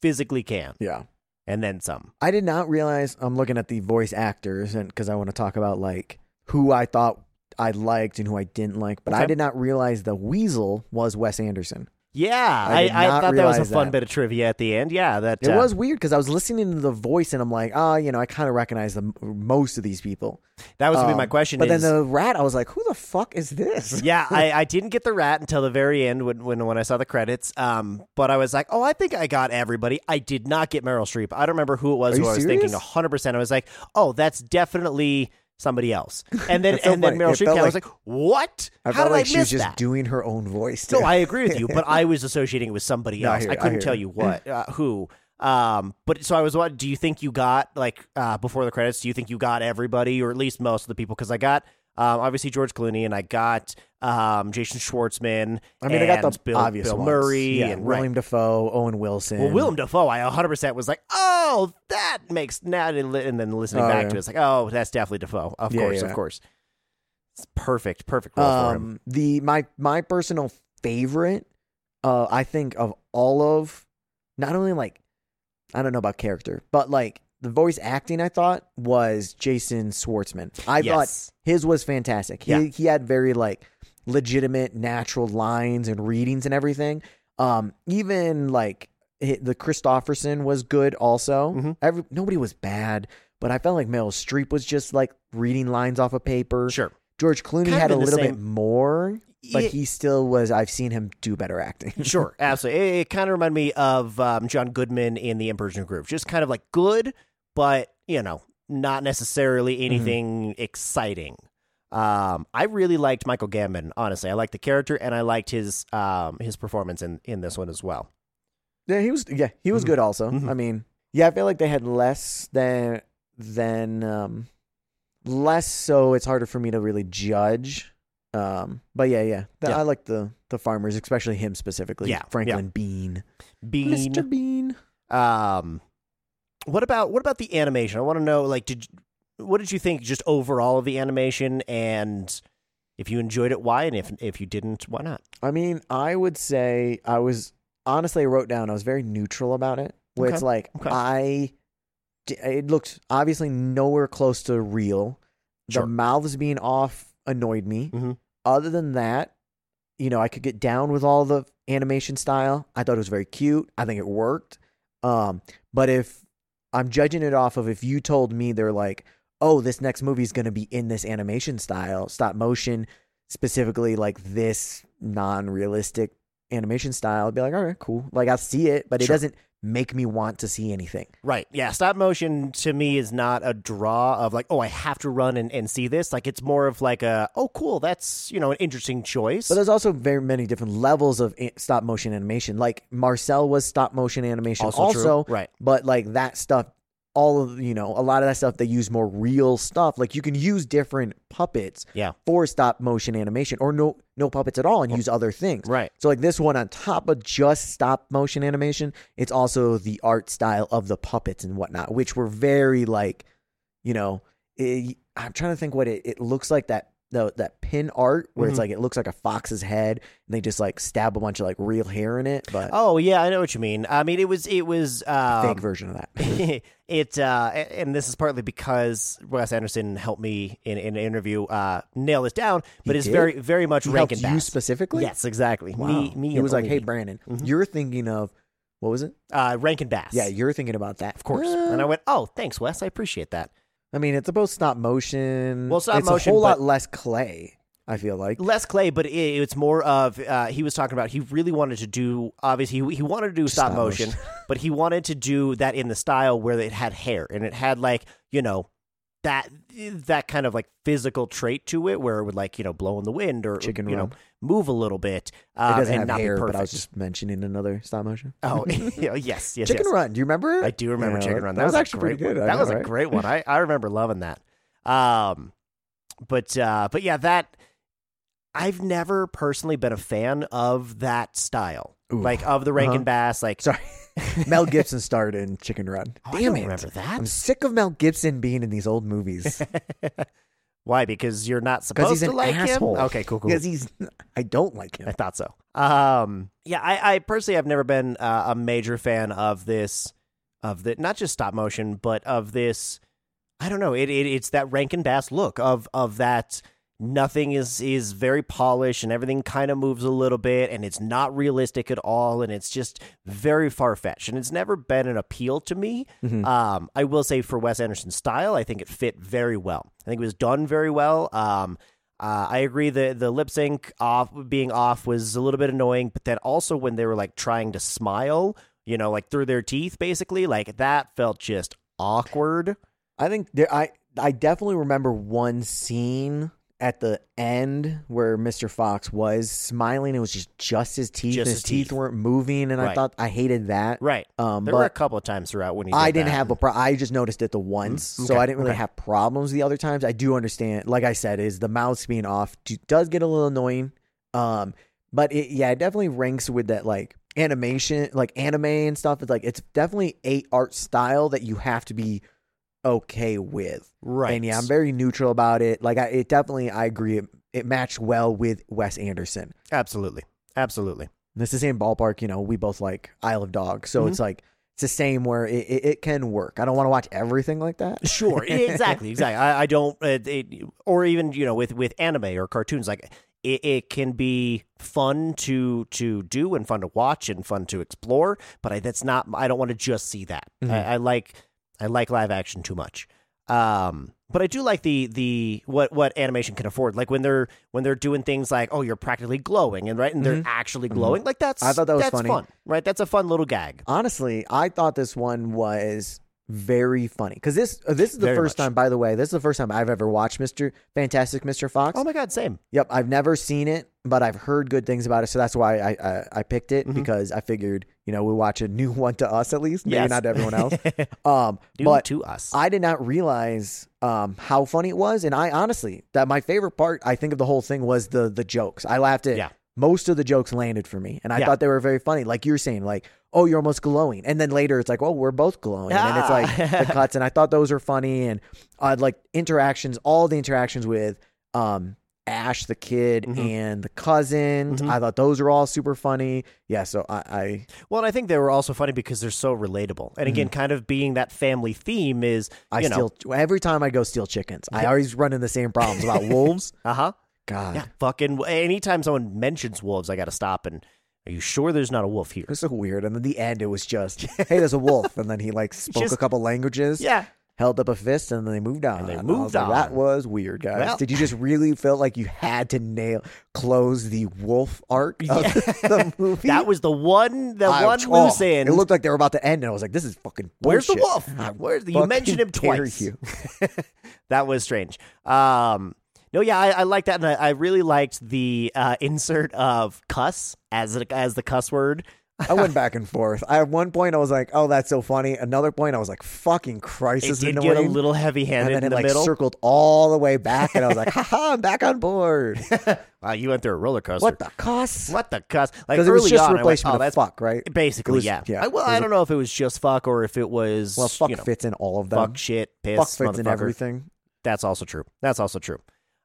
S1: physically can,
S2: yeah
S1: and then some.
S2: I did not realize I'm looking at the voice actors and because I want to talk about like who I thought I liked and who I didn't like, but
S1: Okay.
S2: I did not realize the weasel was Wes Anderson.
S1: Yeah,
S2: I
S1: I,
S2: did
S1: I,
S2: not
S1: thought that was a
S2: realize
S1: fun
S2: that.
S1: bit of trivia at the end. Yeah, that
S2: It
S1: uh,
S2: was weird because I was listening to the voice and I'm like, ah, you know, I kind of recognize the most of these people.
S1: that was gonna be
S2: Um,
S1: my question.
S2: But
S1: is,
S2: then the rat, I was like, who the fuck
S1: [laughs]
S2: is this?
S1: yeah, I, I didn't get the rat until the very end when, when when I saw the credits. Um, but I was like, oh, I think I got everybody. I did not get Meryl Streep. I don't remember who it was
S2: Are
S1: who
S2: you
S1: I was
S2: serious?
S1: thinking. One hundred percent. I was like, oh, that's definitely somebody else. And then
S2: That's so
S1: and then Meryl
S2: funny. [laughs] It
S1: Streep.
S2: felt
S1: came. I was
S2: like-
S1: like, what?
S2: I
S1: How
S2: felt
S1: did
S2: like
S1: I
S2: she
S1: miss
S2: was just
S1: that?
S2: doing her own voice.
S1: No,
S2: too.
S1: I agree with you, but I was associating it with somebody
S2: No, I
S1: else.
S2: hear
S1: I
S2: you, I
S1: couldn't
S2: hear
S1: tell
S2: you.
S1: you what uh, who. Um, but so I was. What do you think you got? Like uh, before the credits, do you think you got everybody, or at least most of the people? Because I got um, obviously George Clooney, and I got um, Jason Schwartzman.
S2: [laughs] I mean, I got
S1: and
S2: the
S1: Bill,
S2: obvious
S1: Bill
S2: ones.
S1: Murray
S2: yeah,
S1: and
S2: William Defoe, Owen Wilson.
S1: Right. Well, Willem Dafoe, I 100 percent was like, oh, that makes now, and li- and then listening
S2: Oh,
S1: back
S2: yeah.
S1: to it, it's like, oh, that's definitely Defoe, of
S2: Yeah,
S1: course,
S2: yeah.
S1: of course. It's perfect, perfect role for him.
S2: Um, the my my personal favorite, uh, I think of all of, not only like, I don't know about character, but like the voice acting. I thought was Jason Schwartzman. I
S1: Yes.
S2: thought his was fantastic. He
S1: Yeah.
S2: he had very like legitimate, natural lines and readings and everything. Um, even like hi- the Christofferson was good. Also,
S1: Mhm.
S2: Every, nobody was bad. But I felt like Meryl Streep was just like reading lines off of paper.
S1: Sure.
S2: George Clooney
S1: Kind of
S2: had a
S1: in the
S2: little
S1: same-
S2: bit more, but
S1: Yeah.
S2: he still was. I've seen him do better acting.
S1: Sure, absolutely. It, it kind of reminded me of um, John Goodman in The Emperor's New Groove. Just kind of like good, but you know, not necessarily anything exciting. Um, I really liked Michael Gambon. Honestly, I liked the character and I liked his um, his performance in in this one as well.
S2: yeah, he was. Yeah, he was
S1: Mhm.
S2: good. Also,
S1: Mhm.
S2: I mean, yeah, I feel like they had less than than um less. So it's harder for me to really judge. Um, but yeah, yeah, The-
S1: Yeah.
S2: I like the the farmers, especially him specifically.
S1: Yeah,
S2: Franklin Bean,
S1: Bean.
S2: Mr. Bean.
S1: Um, what about what about the animation? I want to know, like, did what did you think just overall of the animation and if you enjoyed it, why, and if if you didn't, why not?
S2: I mean, I would say I was honestly I wrote down I was very neutral about it. Where it's
S1: Okay.
S2: like
S1: Okay.
S2: I, d- it looked obviously nowhere close to real.
S1: Sure.
S2: The mouths being off annoyed me.
S1: Mhm.
S2: Other than that, you know, I could get down with all the animation style. I thought it was very cute. I think it worked. Um, but if I'm judging it off of if you told me they're like, oh, this next movie is going to be in this animation style, stop motion, specifically like this non realistic animation style, I'd be like, all right, cool. Like I'll see it, but it
S1: Sure.
S2: doesn't make me want to see anything.
S1: Right. Yeah. Stop motion to me is not a draw of like, oh, I have to run and, and see this. Like, it's more of like a, oh, cool. That's, you know, an interesting choice.
S2: But there's also very many different levels of a- stop motion animation. Like Marcel was stop motion animation, also,
S1: Also true. Right.
S2: But like that stuff, all of you know, a lot of that stuff they use more real stuff. Like you can use different puppets,
S1: Yeah.
S2: for stop motion animation, or no no puppets at all and use other things,
S1: Right.
S2: So like this one, on top of just stop motion animation, it's also the art style of the puppets and whatnot, which were very like, you know, it, I'm trying to think what it, it looks like that the, that pin art where
S1: Mm-hmm.
S2: it's like it looks like a fox's head and they just like stab a bunch of like real hair in it, but
S1: Oh, yeah. I know what you mean. I mean, it was, it was, um,
S2: fake version
S1: [laughs]
S2: of that.
S1: it uh, a- and this is partly because Wes Anderson helped me in, in an interview uh, nail this down, but it's
S2: did?
S1: very very much
S2: He helped
S1: Rankin
S2: you
S1: Bass
S2: specifically.
S1: Yes, exactly.
S2: Wow.
S1: Me, me. Mm-hmm.
S2: He
S1: and
S2: was like,
S1: only
S2: "Hey,
S1: me."
S2: Brandon, you're thinking of what was it?
S1: uh, Rankin Bass.
S2: Yeah, you're thinking about that, Uh,
S1: of course." And I went, "Oh, thanks, Wes. I appreciate that."
S2: I mean, it's about stop motion.
S1: Well, stop
S2: it's
S1: motion,
S2: a whole
S1: but-
S2: lot less clay. I feel like
S1: Less clay, but it, it's more of uh, he was talking about he really wanted to do obviously he, he wanted to do stop,
S2: stop
S1: motion,
S2: motion.
S1: [laughs] but he wanted to do that in the style where it had hair and it had like you know that that kind of like physical trait to it where it would like you know blow in the wind or
S2: Chicken
S1: you
S2: run.
S1: know move a little bit um,
S2: it doesn't
S1: and
S2: have
S1: not
S2: hair,
S1: be perfect.
S2: but I was just mentioning another stop motion. [laughs]
S1: oh [laughs] yeah, yes yes
S2: Chicken
S1: yes.
S2: Run. Do you remember? it?
S1: I do remember
S2: Yeah,
S1: Chicken Run. That, was, actually
S2: pretty good. I
S1: That
S2: know,
S1: was a
S2: right?
S1: great one. I, I remember loving that. Um, but uh, but yeah, that I've never personally been a fan of that style,
S2: Ooh.
S1: like of the
S2: Uh-huh.
S1: Rankin Bass. Like,
S2: Sorry, [laughs] Mel Gibson starred in Chicken Run.
S1: Oh, I
S2: Damn
S1: don't
S2: it!
S1: remember that.
S2: I'm sick of Mel Gibson being in these
S1: [laughs]
S2: old movies
S1: why? Because you're not
S2: because
S1: supposed
S2: he's
S1: to
S2: an
S1: like
S2: asshole.
S1: him. Okay, cool, cool.
S2: Because he's I don't like
S1: [laughs] I
S2: him.
S1: thought so. Um, yeah, I, I personally have never been uh, a major fan of this, of the not just stop motion, but of this. I don't know. It, it it's that Rankin Bass look of of that. Nothing is is very polished, and everything kind of moves a little bit, and it's not realistic at all, and it's just very far fetched, and it's never been an appeal to me. Um, I will say for Wes Anderson's style, I think it fit very well. I think it was done very well. Um, uh, I agree the the lip sync off being off was a little bit annoying, but then also when they were like trying to smile, you know, like through their teeth, basically, like that felt just awkward.
S2: I think there. I I definitely remember one scene at the end where Mr. Fox was smiling. It was just just his teeth.
S1: Just
S2: and his
S1: his
S2: teeth.
S1: teeth.
S2: weren't moving, and I
S1: Right.
S2: thought I hated that.
S1: Right.
S2: Um,
S1: There
S2: but
S1: were a couple of times throughout when he. Did
S2: I didn't
S1: that. Mm-hmm.
S2: have a pro. I just noticed it the once, so
S1: okay,
S2: I didn't really have problems the other times. I do understand, like I said, is the mouths being off do- does get a little annoying. Um, but it, yeah, it definitely ranks with that like animation, like anime and stuff. It's like it's definitely a art style that you have to be okay with.
S1: right.
S2: And yeah, I'm very neutral about it. Like I, it definitely, I agree. It, it matched well with Wes Anderson.
S1: absolutely, absolutely.
S2: And It's the same ballpark, you know. We both like Isle of Dogs, so
S1: Mm-hmm.
S2: it's like it's the same where it, it, it can work. I don't want to watch everything like that. [laughs]
S1: Sure, exactly, exactly. I, I don't, uh, it, or even you know, with with anime or cartoons, like it, it can be fun to to do and fun to watch and fun to explore. But I, that's not. I don't want to just see that.
S2: Mm-hmm.
S1: I, I like I like live action too much. Um, but I do like the the what what animation can afford. Like when they're when they're doing things like oh you're practically glowing and right and they're actually glowing. Like that's
S2: Mm-hmm. I thought that was
S1: that's
S2: funny.
S1: fun, right? That's a fun little gag.
S2: Honestly, I thought this one was very funny because this uh, this is the
S1: Very
S2: first
S1: much.
S2: time. By the way, this is the first time I've ever watched Mister Fantastic Mister Fox.
S1: Oh my god, same.
S2: Yep, I've never seen it, but I've heard good things about it, so that's why I I, I picked it
S1: Mm-hmm.
S2: because I figured you know we watch a new [laughs] one to us at least, maybe
S1: Yes.
S2: not to
S1: [laughs]
S2: everyone else. um,
S1: Do
S2: but
S1: to us.
S2: I did not realize um, how funny it was, and I honestly that my favorite part I think of the whole thing was the the jokes. I laughed at
S1: Yeah.
S2: most of the jokes landed for me, and I
S1: Yeah.
S2: thought they were very funny. Like you're saying, like oh you're almost glowing, and then later it's like oh we're both glowing, and it's
S1: Ah. [laughs]
S2: like the uh, cuts. And I thought those were funny, and I'd like interactions, all the interactions with um, Ash the kid
S1: Mhm.
S2: and the cousins.
S1: Mhm.
S2: I thought those were all super funny. Yeah, so I, I
S1: Well, and I think they were also funny because they're so relatable. And again, kind of being that family theme is,
S2: Mm-hmm. I
S1: you know,
S2: steal every time I go steal chickens. I always run into the same problems about wolves.
S1: uh huh.
S2: God,
S1: Yeah, fucking. Anytime someone mentions wolves, I got to stop and. Are you sure there's not a wolf here?
S2: it was so weird. And then the end, it was just, hey, there's a wolf, and then he
S1: [laughs]
S2: like spoke
S1: Just-
S2: a couple languages.
S1: Yeah.
S2: held up a fist and then they moved on.
S1: they
S2: I was
S1: moved
S2: like, that
S1: on.
S2: was weird, guys.
S1: Well-
S2: Did you just really feel like you had to nail close the wolf arc of [laughs] the
S1: [laughs]
S2: movie?
S1: That was the one, the
S2: I-
S1: one
S2: oh,
S1: loose end.
S2: It looked like they were about to end, and I was like, "This is fucking
S1: Where's the
S2: bullshit.
S1: wolf?
S2: I
S1: Where's the, you
S2: fucking
S1: mentioned him
S2: [laughs] dare
S1: twice.
S2: you.
S1: [laughs] that was strange. Um, no, yeah, I, I like that, and I, I really liked the uh, insert of "cuss" as a, as the cuss word.
S2: I went back and forth. I, at one point, I was like, "Oh, that's so funny." Another point, I was like, "Fucking Christ,
S1: It
S2: this is
S1: did
S2: annoying."
S1: get a little
S2: and
S1: heavy-handed
S2: then
S1: in
S2: it
S1: the
S2: like
S1: middle.
S2: circled all the way back, and
S1: [laughs]
S2: I was like, "Haha, I'm back on board."
S1: wow, you went through a roller coaster.
S2: What the cuss?
S1: What the cuss? Like
S2: Because
S1: early
S2: it was just
S1: on, I
S2: a
S1: went,
S2: replacement
S1: oh,
S2: of
S1: that's
S2: fuck, right?
S1: Basically,
S2: It was-
S1: yeah.
S2: yeah.
S1: I, well,
S2: It was
S1: I
S2: a-
S1: don't know if it was just fuck or if it was
S2: Well, fuck
S1: you know,
S2: fits in all of them.
S1: fuck shit, piss,
S2: fuck fits in
S1: motherfucker.
S2: everything.
S1: That's also true. That's also true.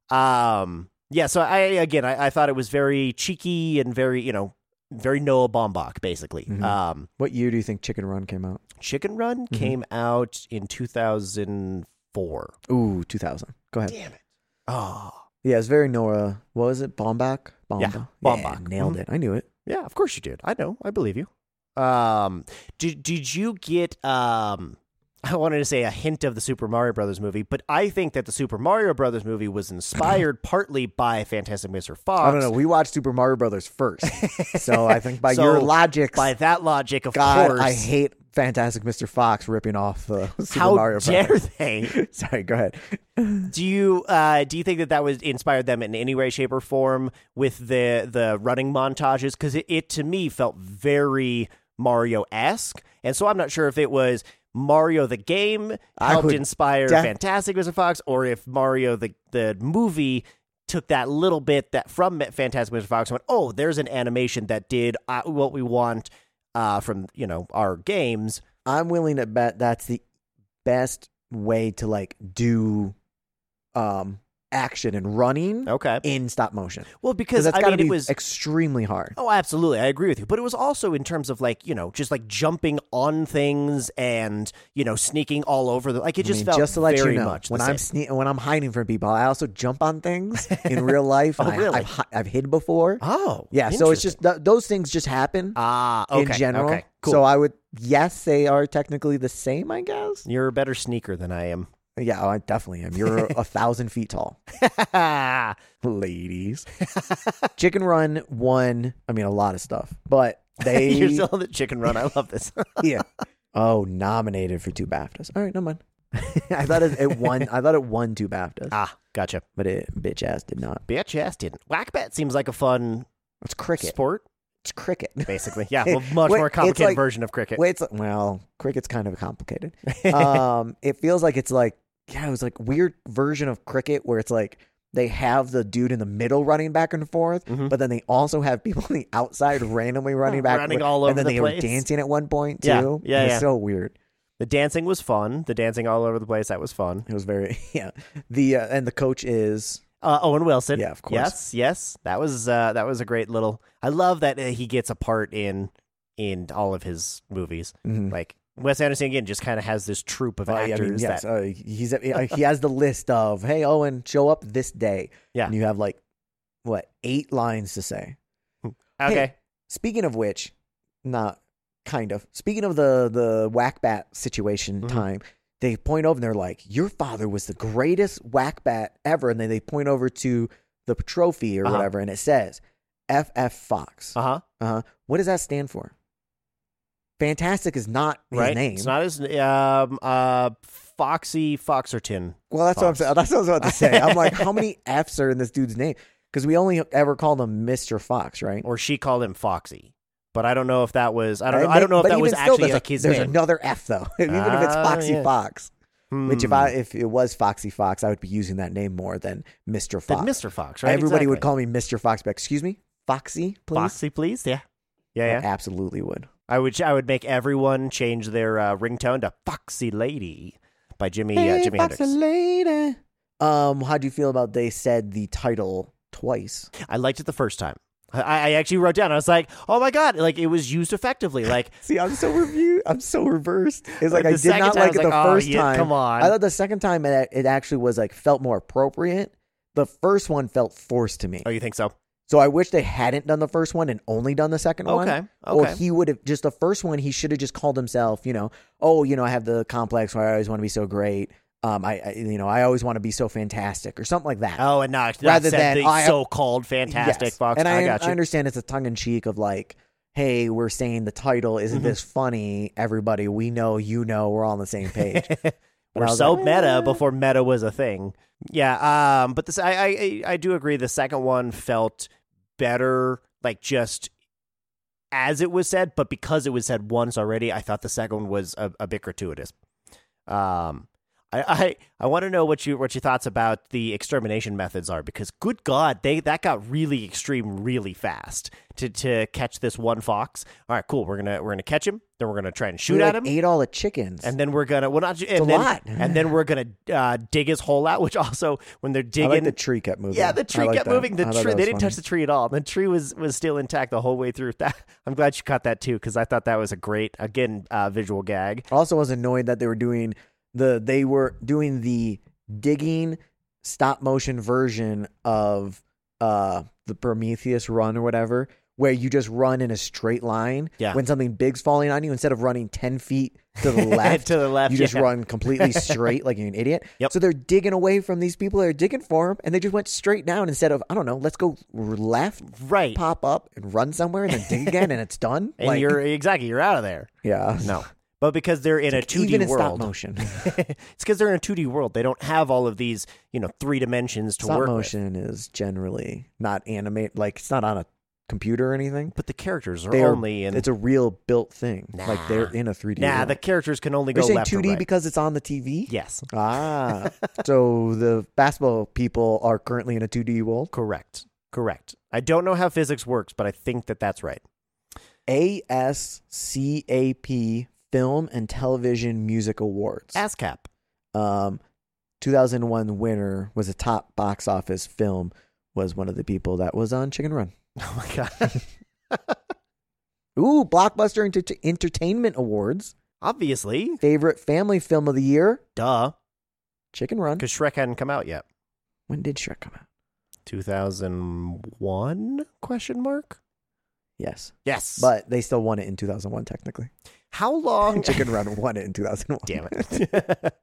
S1: Um, yeah. So I again, I, I thought it was very cheeky and very, you know, very Noah Baumbach, basically.
S2: Mhm.
S1: Um,
S2: What year do you think Chicken Run came out?
S1: Chicken Run
S2: Mhm.
S1: came out in two thousand four.
S2: Ooh, 2000. Go ahead.
S1: Damn it! Oh,
S2: Yeah, it's very Nora. What was it? Bombach? Bomba?
S1: Yeah, Mm-hmm. Baumbach.
S2: nailed it. I knew it.
S1: yeah. Of course you did. I know. I believe you. Um, did did you get um? [laughs] I wanted to say a hint of the Super Mario Brothers movie, but I think that the Super Mario Brothers movie was
S2: [clears throat]
S1: inspired partly by Fantastic Mr. Fox.
S2: I don't know. We watched Super Mario
S1: [laughs]
S2: Brothers first. so I think by
S1: So,
S2: your logic,
S1: By that logic, of
S2: God,
S1: course.
S2: I hate Fantastic Mr. Fox ripping off the [laughs] Super
S1: How
S2: Mario
S1: dare
S2: Brothers.
S1: they?
S2: [laughs] Sorry, go ahead.
S1: Do you uh, do you think that that was inspired them in any way, shape, or form with the the running montages? Because it, it to me felt very Mario esque, and so I'm not sure if it was Mario the game
S2: I
S1: helped
S2: would
S1: inspire
S2: def-
S1: Fantastic Mr. Fox, or if Mario the the movie took that little bit that from Fantastic Mr. Fox and went, oh, there's an animation that did uh, what we want uh, from you know our games.
S2: I'm willing to bet that's the best way to like do um action and running
S1: Okay,
S2: in stop motion.
S1: well because
S2: Mm. that's
S1: I
S2: got to
S1: mean
S2: be
S1: it was
S2: extremely hard.
S1: Oh, absolutely. I agree with you. But it was also in terms of like, you know, just like jumping on things and, you know, sneaking all over the like it
S2: I
S1: just
S2: mean,
S1: felt
S2: just to let
S1: very
S2: you know,
S1: much the
S2: when I'm
S1: same.
S2: sne- when I'm hiding from people, I also jump on things [laughs]
S1: [laughs]
S2: in real life.
S1: Oh,
S2: and I,
S1: really?
S2: I've, hi- I've hid before.
S1: Oh.
S2: yeah, so it's
S1: interesting.
S2: just th- those things just happen
S1: Ah, okay.
S2: in general.
S1: Okay. Cool.
S2: So I would yes, they are technically the same, I guess.
S1: You're a better sneaker than I am.
S2: Yeah, oh, I definitely
S1: [laughs]
S2: am. You're a thousand feet tall, [laughs] ladies. Chicken Run won. I mean, a lot of stuff, but
S1: [laughs] [laughs]
S2: they
S1: You're still on the chicken run. I love
S2: [laughs]
S1: this.
S2: yeah. Oh, nominated for two BAFTAs. All right, no mind. [laughs] I thought it, it won. I thought it won two BAFTAs,
S1: ah, gotcha.
S2: but it bitch ass did not.
S1: Bitch ass didn't. Whack bat seems like a fun
S2: It's cricket.
S1: sport,
S2: It's cricket.
S1: basically. Yeah, well, much
S2: Wait,
S1: more
S2: it's
S1: complicated
S2: like-
S1: version of cricket.
S2: [laughs] Wait, it's like, well, cricket's kind of
S1: [laughs]
S2: complicated. um, it feels like it's like yeah, it was like weird version of cricket where it's like they have the dude in the middle running back and forth,
S1: Mhm.
S2: but then they also have people on the
S1: [laughs]
S2: outside randomly running back,
S1: Running all over
S2: and then
S1: the
S2: they
S1: place.
S2: were dancing at one point
S1: Yeah,
S2: too.
S1: yeah,
S2: it was
S1: yeah.
S2: so weird.
S1: The dancing was fun. The dancing all over the place, that was fun.
S2: It was very [laughs] yeah. The uh, and the coach is
S1: Uh, Owen Wilson.
S2: Yeah, of course.
S1: Yes, yes. That was uh, that was a great little. I love that uh, he gets a part in in all of his movies.
S2: mhm.
S1: Like Wes Anderson again, just kind of has this troupe of
S2: Oh, yeah, I
S1: actors
S2: mean, yes,
S1: that
S2: uh, he's uh, he has the list of hey Owen, show up this day.
S1: Yeah.
S2: and you have like what eight lines to say. Uh,
S1: okay,
S2: Speaking of which, not kind of. Speaking of the the whack bat situation
S1: Mhm.
S2: time, they point over and they're like, "Your father was the greatest whack bat ever," and then they point over to the trophy or
S1: Uh-huh.
S2: whatever, and it says FF Fox.
S1: uh huh,
S2: Uh-huh. What does that stand for? Fantastic is not his
S1: right.
S2: name.
S1: It's not his um uh Foxy Foxerton.
S2: well, that's what I'm
S1: Fox.
S2: saying. That's what I was about to say. I'm like,
S1: [laughs]
S2: how many F's are in this dude's name? Because we only ever called him Mr. Fox, right?
S1: or she called him Foxy. But I don't know if that was. I don't.
S2: And
S1: Know, I
S2: they-
S1: don't know if
S2: Uh, but
S1: that
S2: even
S1: was
S2: still,
S1: actually
S2: there's
S1: like
S2: a-
S1: his
S2: There's
S1: name.
S2: another F though, [laughs] even if it's
S1: Ah,
S2: Foxy
S1: yeah.
S2: Fox. Which if
S1: Hmm.
S2: I if it was Foxy Fox, I would be using that name more than Mr.
S1: Then
S2: Fox.
S1: Mr. Hmm. Fox, right?
S2: Everybody would
S1: Exactly.
S2: call me Mr. Fox, but excuse me, Foxy, please.
S1: Foxy, please. Yeah, yeah,
S2: I
S1: yeah.
S2: absolutely would.
S1: I would I would make everyone change their uh, ringtone to "Foxy Lady" by Jimmy uh, Jimmy
S2: Foxy
S1: Hendrix.
S2: lady. Um, how do you feel about they said the title twice? [laughs]
S1: I liked it the first time. I, I actually wrote down. I was like, "Oh my god!" Like it was used
S2: [laughs]
S1: effectively. Like
S2: See, I'm so review. I'm so reversed. It's like
S1: Uh, The
S2: I did
S1: second
S2: not
S1: time, I
S2: like
S1: was
S2: it the
S1: like, "Oh,
S2: first
S1: yeah,
S2: time.
S1: come on."
S2: I thought the second time it, it actually was like felt more appropriate. The first one felt forced to me.
S1: Oh, you think so?
S2: So I wish they hadn't done the first one and only done the second one.
S1: Okay,
S2: Or
S1: okay.
S2: he would have just the first one. He should have just called himself. You know, oh, you know, I have the complex where I always want to be so great. Um, I, I you know, I always want to be so fantastic or something like that.
S1: Oh, and not
S2: Rather
S1: not said
S2: than,
S1: the
S2: I-
S1: so-called fantastic
S2: Yes.
S1: Fox.
S2: And I,
S1: I, got you.
S2: I understand it's a tongue in cheek of like, hey, we're saying the title. Isn't
S1: Mm-hmm.
S2: this funny? Everybody, we know, you know, we're all on
S1: [laughs]
S2: the same [laughs] page.
S1: We're
S2: I was
S1: so
S2: like, "Ah."
S1: meta before meta was a thing. Yeah. Um. But this, I, I, I- I do agree. The second one felt better. Like just as it was said, but because it was said once already, I thought the second one was a, a bit gratuitous. Um. I, I, I want to know what you what your thoughts about the extermination methods are because good God they that got really extreme really fast to, to catch this one fox. All right, cool. We're gonna we're gonna catch him. Then we're gonna try and shoot
S2: we,
S1: at
S2: like,
S1: him.
S2: Ate all the chickens.
S1: And then we're gonna well not and
S2: a
S1: then,
S2: lot.
S1: and then we're gonna uh, dig his hole out, which also when they're
S2: I
S1: digging,
S2: like the tree kept moving.
S1: yeah, the tree
S2: I like
S1: kept
S2: that.
S1: moving. The
S2: I
S1: tree
S2: thought that
S1: they
S2: was
S1: didn't touch
S2: funny.
S1: the tree at all. The tree was was still intact the whole way through. That I'm glad you caught that too because I thought that was a great again uh, visual gag.
S2: Also, was annoyed that they were doing the they were doing the digging stop motion version of uh the Prometheus run or whatever, where you just run in a straight line.
S1: Yeah.
S2: When something big's falling on you, instead of running ten feet
S1: [laughs]
S2: to the left,
S1: To the left,
S2: you just
S1: yeah. [laughs]
S2: run completely straight like you're an idiot.
S1: Yep.
S2: So they're digging away from these people that are digging for them, and they just went straight down instead of I don't know, let's go left,
S1: Right,
S2: [laughs] pop up, and run somewhere, and then dig again, and it's done.
S1: [laughs] and you're exactly you're out of there.
S2: yeah.
S1: No, but because they're in a 2D
S2: Even in stop
S1: world,
S2: motion.
S1: [laughs] it's because they're in a 2D world. They don't have all of these you know three dimensions to
S2: stop
S1: work with.
S2: motion is generally not animate like it's not on a computer or anything.
S1: But the characters are
S2: They are-
S1: only in
S2: it's a real built thing. Like they're
S1: Nah.
S2: in a 3D.
S1: nah.
S2: world.
S1: The characters can only
S2: you're
S1: go
S2: saying
S1: left
S2: 2D
S1: or right.
S2: because it's on the TV.
S1: yes, [laughs]
S2: Ah, so the basketball people are currently in a 2D world.
S1: Correct. Correct. I don't know how physics works, but I think that that's right.
S2: ASCAP Film and Television Music Awards.
S1: ASCAP.
S2: um, 2001 winner was a top box office film. Was one of the people that was on Chicken Run.
S1: [laughs] Oh my god. [laughs]
S2: Ooh, Blockbuster Enter- Entertainment Awards.
S1: Obviously,
S2: Favorite family film of the year?
S1: duh,
S2: Chicken Run.
S1: because Shrek hadn't come out yet.
S2: When did Shrek come out?
S1: Two thousand one? Question mark.
S2: Yes,
S1: Yes,
S2: but they still won it in 2001 technically.
S1: how long?
S2: [laughs] Chicken Run won it in 2001.
S1: Oh. [laughs] Damn
S2: [laughs]
S1: it.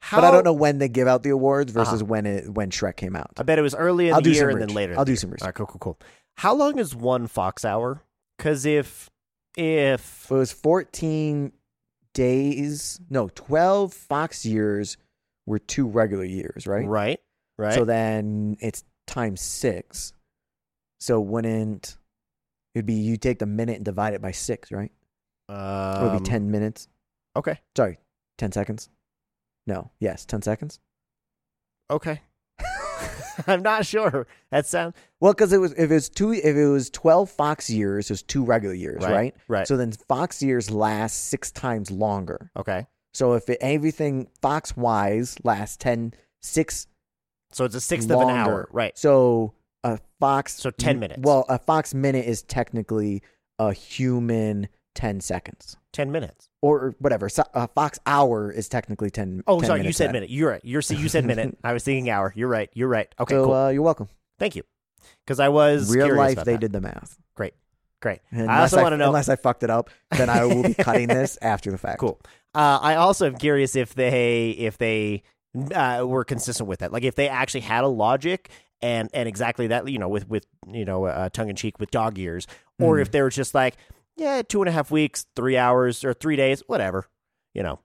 S1: how,
S2: But I don't know when they give out the awards versus
S1: Uh-huh.
S2: when it when Shrek came out.
S1: I bet it was early in
S2: I'll
S1: the
S2: do
S1: year and
S2: some
S1: then
S2: research.
S1: later. in
S2: I'll
S1: the
S2: do
S1: year.
S2: some research.
S1: All right, cool, cool, cool. How long is one fox hour? Because if if
S2: It was 14 days. No, 12 Fox years were two regular years, right?
S1: right right,
S2: So then it's times six. So wouldn't it'd be you take the minute and divide it by six, right? It would
S1: um,
S2: be 10 minutes.
S1: Okay,
S2: Sorry, 10 seconds. No, yes, 10 seconds.
S1: okay. [laughs] I'm not sure. That sounds
S2: Well, because it was if it was two if it was twelve Fox years, it was two regular years,
S1: Right,
S2: right?
S1: right.
S2: So then Fox years last six times longer.
S1: okay.
S2: So if it, everything Fox wise lasts ten six
S1: So it's a sixth
S2: longer,
S1: of an hour, right?
S2: So a Fox
S1: So 10 minutes.
S2: Well, a Fox minute is technically a human ten seconds
S1: Ten minutes.
S2: or whatever. So a Fox hour is technically ten.
S1: Oh,
S2: 10
S1: sorry, you
S2: minutes
S1: said
S2: then.
S1: minute. You're right. You're you said
S2: [laughs]
S1: minute. I was thinking hour. You're right. You're right. Okay,
S2: so
S1: cool.
S2: uh, you're welcome.
S1: Thank you. Because I was
S2: Real
S1: curious
S2: life,
S1: about
S2: they
S1: that.
S2: did the math.
S1: great, great. I
S2: Unless
S1: also
S2: I,
S1: want to know.
S2: unless I fucked it up, then
S1: [laughs]
S2: I will be cutting this after the fact.
S1: Cool. Uh, I also am curious if they if they uh, were consistent with that, like if they actually had a logic and and exactly that, you know, with with you know uh, tongue in cheek with dog ears, or
S2: Mm.
S1: if they were just like, yeah, two and a half weeks, three hours, or three days, whatever, you know,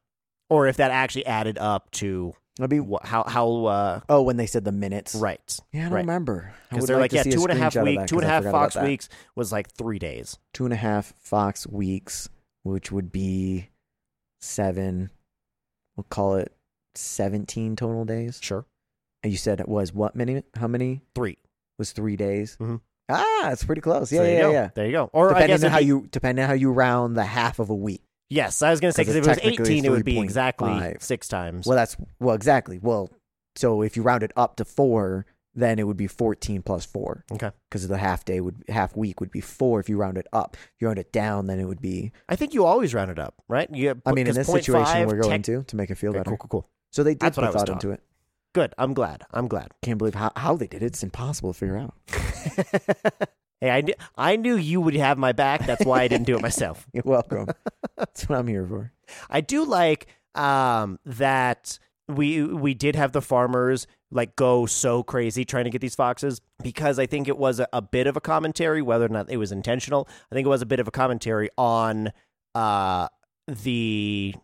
S1: or if that actually added up to
S2: It'll be
S1: wh- how how uh,
S2: oh when they said the minutes.
S1: right
S2: Yeah, I don't
S1: Right.
S2: remember. I
S1: because
S2: would
S1: they're like,
S2: to
S1: yeah,
S2: see a
S1: two and a half
S2: screenshot of
S1: week,
S2: that
S1: two and a
S2: 'cause I
S1: half
S2: forgot about
S1: Fox
S2: that.
S1: weeks was like three days.
S2: Two and a half Fox weeks, which would be seven. We'll call it seventeen total days.
S1: Sure,
S2: And you said it was what many? How many
S1: three.
S2: was three days?
S1: Mhm.
S2: Ah, it's pretty close.
S1: So
S2: Yeah,
S1: there you
S2: yeah,
S1: go.
S2: yeah.
S1: There you go. Or I guess
S2: Depending on
S1: it'd
S2: how
S1: be-
S2: you depending on how you round the half of a week.
S1: Yes, I was going to say
S2: 'Cause
S1: because if
S2: it's
S1: it was
S2: technically
S1: eighteen, it would be exactly
S2: 3.5.
S1: six times.
S2: Well, that's well exactly. Well, So if you round it up to four, then it would be 14 plus four
S1: Okay.
S2: because the half day would, half week would be four if you round it up. If you round it down, then it would be,
S1: I think you always round it up, right? You,
S2: I mean, in
S1: 'cause
S2: this
S1: 0.5
S2: situation, we're
S1: tech-
S2: going to to make it feel
S1: Okay,
S2: better.
S1: cool, cool, cool.
S2: So they did
S1: That's what I
S2: put
S1: was
S2: thought
S1: taught.
S2: into it.
S1: Good. I'm glad. I'm
S2: [laughs]
S1: glad.
S2: Can't believe how, how they did it. It's impossible to figure out. [laughs]
S1: Hey, I knew, I knew you would have my back. That's why I didn't do it
S2: [laughs]
S1: myself.
S2: You're
S1: [laughs]
S2: welcome. That's what I'm here for.
S1: I do like um, that we we did have the farmers like go so crazy trying to get these foxes because I think it was a, a bit of a commentary, whether or not it was intentional. I think it was a bit of a commentary on uh, the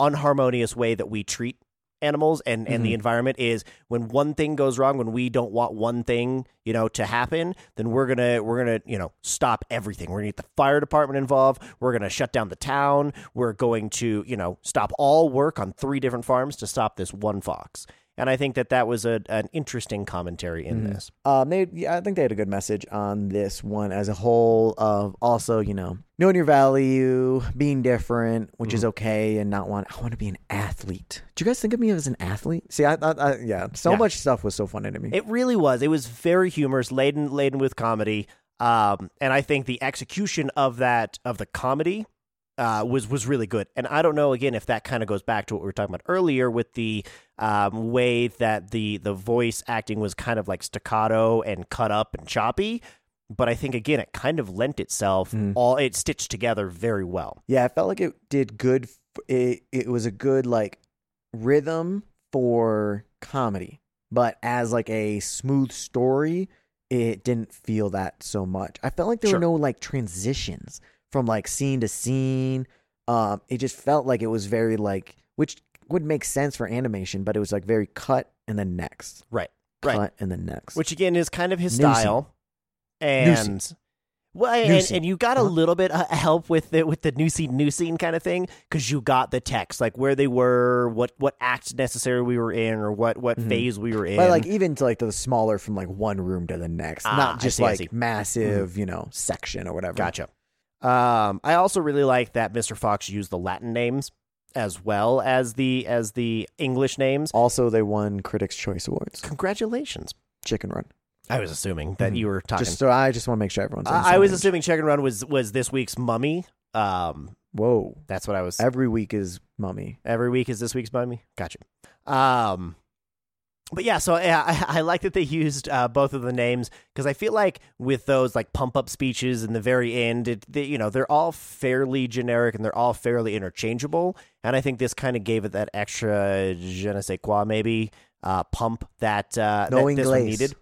S1: unharmonious way that we treat animals and, and the environment is when one thing goes wrong when we don't want one thing you know to happen then we're gonna we're gonna you know stop everything we're gonna get the fire department involved we're gonna shut down the town we're going to you know stop all work on three different farms to stop this one fox and i think that that was a, an interesting commentary in this
S2: Um, they, yeah, I think they had a good message on this one as a whole. Of also, you know, knowing your value, being different, which
S1: Mm-hmm.
S2: is okay, and not want. I want to be an athlete. Do you guys think of me as an athlete? See, I, I, I yeah, so
S1: Yeah.
S2: much stuff was so funny to me.
S1: It really was. It was very humorous, laden laden with comedy. Um, and I think the execution of that of the comedy uh, was was really good. And I don't know again if that kind of goes back to what we were talking about earlier with the um, way that the the voice acting was kind of like staccato and cut up and choppy. But I think again, it kind of lent itself all it stitched together very well.
S2: yeah, I felt like it did good. f- It it was a good like rhythm for comedy, but as like a smooth story, it didn't feel that so much. I felt like there
S1: Sure.
S2: were no like transitions from like scene to scene. Um, it just felt like it was very like which would make sense for animation, but it was like very cut and then next,
S1: Right. Right.
S2: cut and then next.
S1: which again is kind of his
S2: Newsy.
S1: style. And well, and,
S2: Newsy.
S1: and you got a
S2: Uh-huh.
S1: little bit of help with the with the new scene, new scene kind of thing because you got the text, like where they were, what what act necessary we were in, or what what
S2: Mhm.
S1: phase we were in.
S2: but like even to like the smaller from like one room to the next,
S1: Ah, I
S2: not just
S1: see, I see. Mm.
S2: like massive, you know, section or whatever.
S1: gotcha. Um, I also really like that Mr. Fox used the Latin names as well as the as the English names.
S2: Also, they won Critics' Choice Awards.
S1: Congratulations!
S2: Chicken Run.
S1: I was assuming that
S2: Mhm.
S1: you were talking.
S2: Just so I just want to make sure everyone's. on the
S1: Mm-hmm. I, I
S2: same
S1: was
S2: page.
S1: assuming Check and Run was was this week's Mummy. Um,
S2: Whoa!
S1: that's what I was.
S2: Every week is Mummy.
S1: Every week is this week's Mummy. Gotcha. Um, but yeah, so yeah, [laughs] I, I like that they used uh, both of the names because I feel like with those like pump up speeches in the very end, it, they, you know, they're all fairly generic and they're all fairly interchangeable. And I think this kind of gave it that extra je ne sais quoi maybe uh, pump that uh,
S2: No
S1: that this one
S2: Inglés.
S1: needed.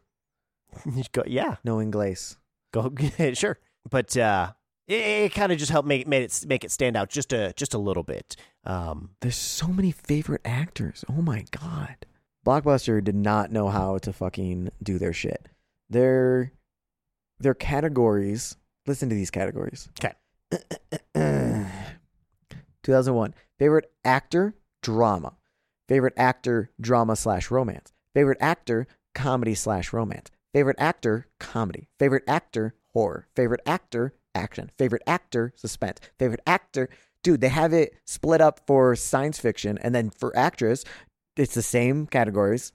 S1: [laughs] Go- yeah,
S2: No Inglés.
S1: go [laughs] sure, but uh, it, it kind of just helped make made it make it stand out just a just a little bit. Um,
S2: There's so many favorite actors. Oh my god! Blockbuster did not know how to fucking do their shit. Their their categories. Listen to these categories. [clears throat]
S1: 'Kay.
S2: 2001 favorite actor drama, favorite actor drama slash romance, favorite actor comedy slash romance, favorite actor comedy, favorite actor horror, favorite actor action, favorite actor suspense, favorite actor. Dude, they have it split up for science fiction and then for actress, it's the same categories.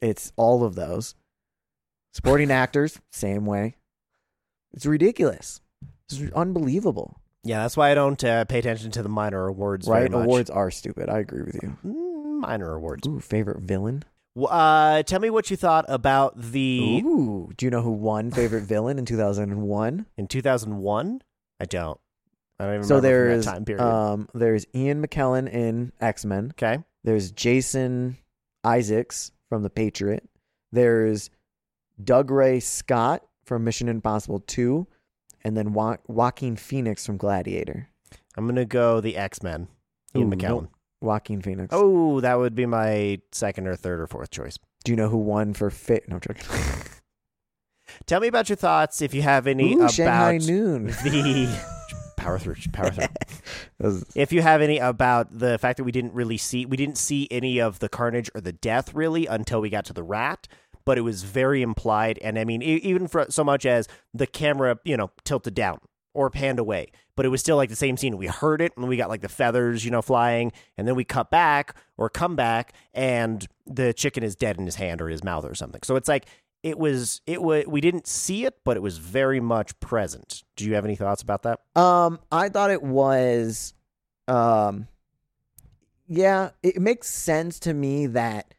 S2: It's all of those.
S1: [laughs]
S2: Supporting actors, same way. It's ridiculous. It's unbelievable.
S1: Yeah, that's why I don't uh, pay attention to the minor awards. very
S2: right?
S1: much.
S2: Awards are stupid. I agree with you.
S1: Mm, minor awards.
S2: Ooh, favorite villain.
S1: W- Uh, tell me what you thought about the
S2: Ooh, do you know who won favorite villain in 2001?
S1: in two thousand one. I don't. I don't even
S2: So
S1: remember from
S2: there's
S1: that time period.
S2: um there's Ian McKellen in X-Men.
S1: okay,
S2: There's Jason Isaacs from The Patriot. There's Doug Ray Scott from Mission Impossible 2 and then jo- Joaquin Phoenix from Gladiator.
S1: I'm gonna go the X Men. Ian
S2: Ooh,
S1: McKellen.
S2: nope. Joaquin Phoenix.
S1: Oh, that would be my second or third or fourth choice.
S2: Do you know who won for fit? No, I'm joking.
S1: Tell me about your thoughts if you have any
S2: Ooh,
S1: about
S2: Shanghai Noon.
S1: the power through power through.
S2: [laughs] That was-
S1: if you have any about the fact that we didn't really see we didn't see any of the carnage or the death really until we got to the rat but it was very implied and i mean e- even for so much as the camera you know tilted down or panned away. But it was still like the same scene. We heard it and we got like the feathers, you know, flying. And then we cut back or come back and the chicken is dead in his hand or his mouth or something. So it's like it was it was we didn't see it, but it was very much present. Do you have any thoughts about that?
S2: Um, I thought it was, um, yeah, it makes sense to me that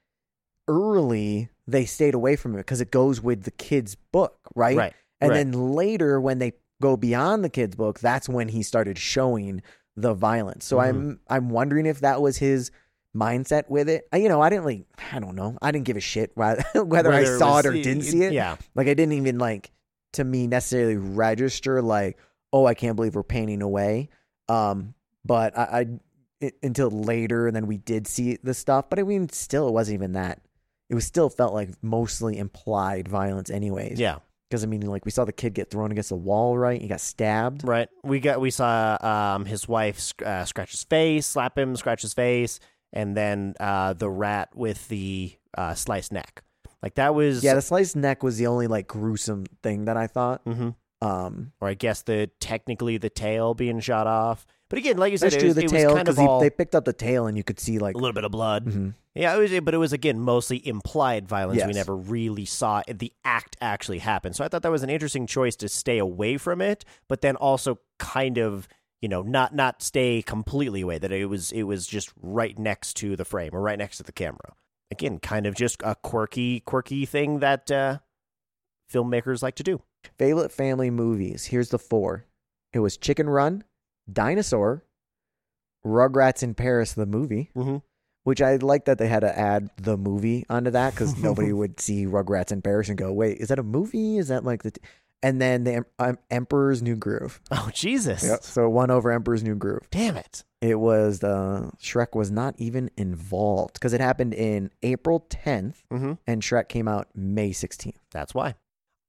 S2: early they stayed away from it because it goes with the kid's book, right?
S1: Right,
S2: And
S1: right.
S2: then later, when they go beyond the kid's book, that's when he started showing the violence.
S1: Mm-hmm.
S2: So I'm I'm wondering if that was his mindset with it. I, you know, I didn't like, I don't know, I didn't give a shit [laughs] whether, whether I
S1: Whether it
S2: saw
S1: was-
S2: it or didn't see it.
S1: Yeah.
S2: Like I didn't even like to me necessarily register like, oh, I can't believe we're painting away. Um, but I, I it, until later, and then we did see the stuff. But I mean, still, it wasn't even that. It was still felt like mostly implied violence, anyways.
S1: Yeah.
S2: Because I mean, like we saw the kid get thrown against the wall, right? He got stabbed.
S1: Right. We got we saw um his wife sc- uh, scratch his face, slap him, scratch his face, and then uh the rat with the uh sliced neck. Like that was
S2: Yeah, the sliced neck was the only like gruesome thing that I thought.
S1: Mhm.
S2: Um,
S1: or I guess the technically the tail being shot off. But again, like you said,
S2: that's
S1: it
S2: true.
S1: was,
S2: The
S1: it
S2: tail
S1: was kind
S2: because
S1: of all
S2: they picked up the tail and you could see like
S1: a little bit of blood.
S2: Mhm.
S1: Yeah, it was, but it was again mostly implied violence. We
S2: Yes.
S1: never really saw it, the act actually happen. So I thought that was an interesting choice to stay away from it, but then also kind of you know not not stay completely away. That it was it was just right next to the frame or right next to the camera. Again, kind of just a quirky quirky thing that uh, filmmakers like to do.
S2: Favorite family movies. Here's the four. It was Chicken Run, Dinosaur, Rugrats in Paris, the movie,
S1: Mm-hmm.
S2: which I like that they had to add the movie onto that because nobody would see Rugrats in Paris and go, wait, is that a movie? Is that like the. T-? And then the em- um, Emperor's New Groove.
S1: Oh Jesus!
S2: So one over Emperor's New Groove.
S1: Damn it!
S2: It was the Shrek was not even involved because it happened in April 10th
S1: Mm-hmm.
S2: and Shrek came out May 16th.
S1: That's why.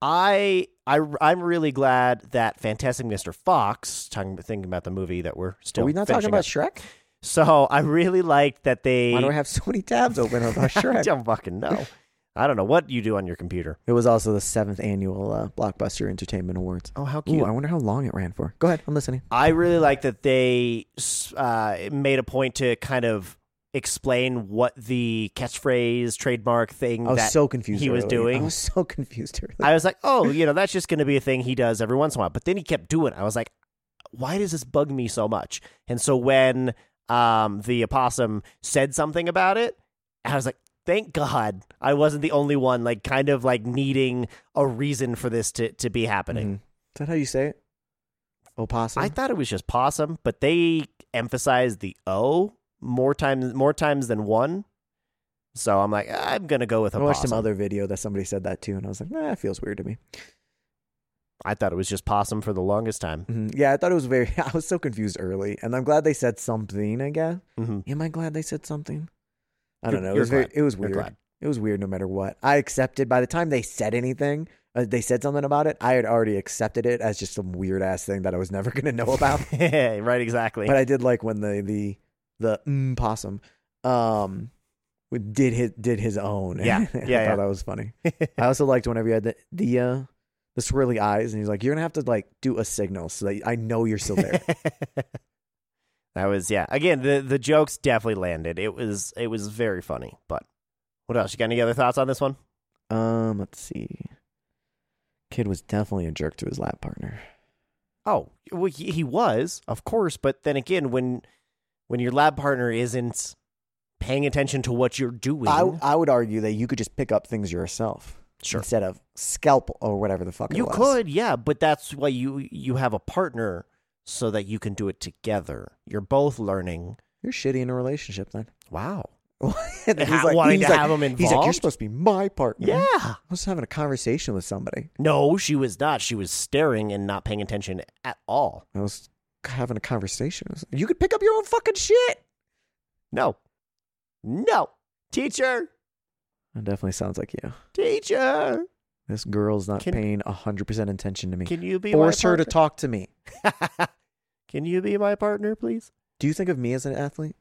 S1: I I I'm really glad that Fantastic Mr. Fox talking thinking about the movie that we're still
S2: Are we not
S1: finishing
S2: talking about
S1: up.
S2: Shrek?
S1: So I really liked that they [laughs]
S2: Why do I have so many tabs open about
S1: I
S2: Shrek?
S1: don't fucking know. I don't know what you do on your computer.
S2: It was also the seventh annual uh, Blockbuster Entertainment Awards.
S1: Oh, how
S2: Ooh, I wonder how long it ran for. Go ahead, I'm listening.
S1: I really like that they uh, made a point to kind of explain what the catchphrase trademark thing
S2: I was
S1: that
S2: so confused.
S1: he was
S2: earlier.
S1: doing-
S2: I was so [laughs] confused. Earlier.
S1: I was like, oh, you know, that's just going to be a thing he does every once in a while. But then he kept doing it. I was like, why does this bug me so much? And so when um, the opossum said something about it, I was like, thank God I wasn't the only one, like, kind of like needing a reason for this to, to be happening.
S2: Mhm. Is that how you say it? Oh, Opossum.
S1: I thought it was just possum, but they emphasized the O more times more times than one. So I'm like, I'm gonna go with
S2: I
S1: opossum.
S2: watched some other video that somebody said that too, and I was like, nah, it feels weird to me.
S1: I thought it was just possum for the longest time.
S2: Mhm. Yeah, I thought it was very. [laughs] I was so confused early, and I'm glad they said something. I guess.
S1: hmm
S2: Am I glad they said something? I don't
S1: You're-
S2: know. It
S1: you're
S2: was very,
S1: glad.
S2: it was
S1: You're
S2: weird.
S1: glad.
S2: It was weird no matter what. I accepted by the time they said anything, uh, they said something about it. I had already accepted it as just some weird ass thing that I was never [laughs] going to know
S1: [laughs]
S2: about.
S1: Mm-hmm. right, exactly.
S2: but I did like when the the the mm, possum um did his did his own.
S1: Yeah.
S2: [laughs] I
S1: Yeah,
S2: thought
S1: yeah.
S2: that was funny. I also liked whenever you had the the uh the swirly eyes and he's like you're going to have to like do a signal so that I know you're still there.
S1: [laughs] that was yeah. Again, the the jokes definitely landed. It was it was very funny. But what else? You got any other thoughts on this one?
S2: um let's see. Kid was definitely a jerk to his lab partner.
S1: Oh, well, he, he was, of course. But then again, when when your lab partner isn't paying attention to what you're doing,
S2: I, I would argue that you could just pick up things yourself
S1: Sure.
S2: instead of scalp or whatever the fuck it
S1: you
S2: was.
S1: could, yeah. But that's why you you have a partner so that you can do it together. You're both learning.
S2: You're shitty in a relationship then. [laughs]
S1: Wow.
S2: And then
S1: Ha- wanting
S2: he's
S1: to
S2: like-
S1: have 'em
S2: He's like, you're
S1: involved?"
S2: supposed to be my partner.
S1: Yeah.
S2: I was having a conversation with somebody.
S1: No, she was not. She was staring and not paying attention at all.
S2: I was having a conversation. I was like, you could pick up your own fucking shit.
S1: No. No. Teacher.
S2: That definitely sounds like you.
S1: Teacher.
S2: This girl's not
S1: Can-
S2: paying hundred percent attention to me.
S1: Can you be
S2: Force
S1: my
S2: her to talk to me.
S1: talk. [laughs] can you be my partner, please?
S2: Do you think of me as an athlete?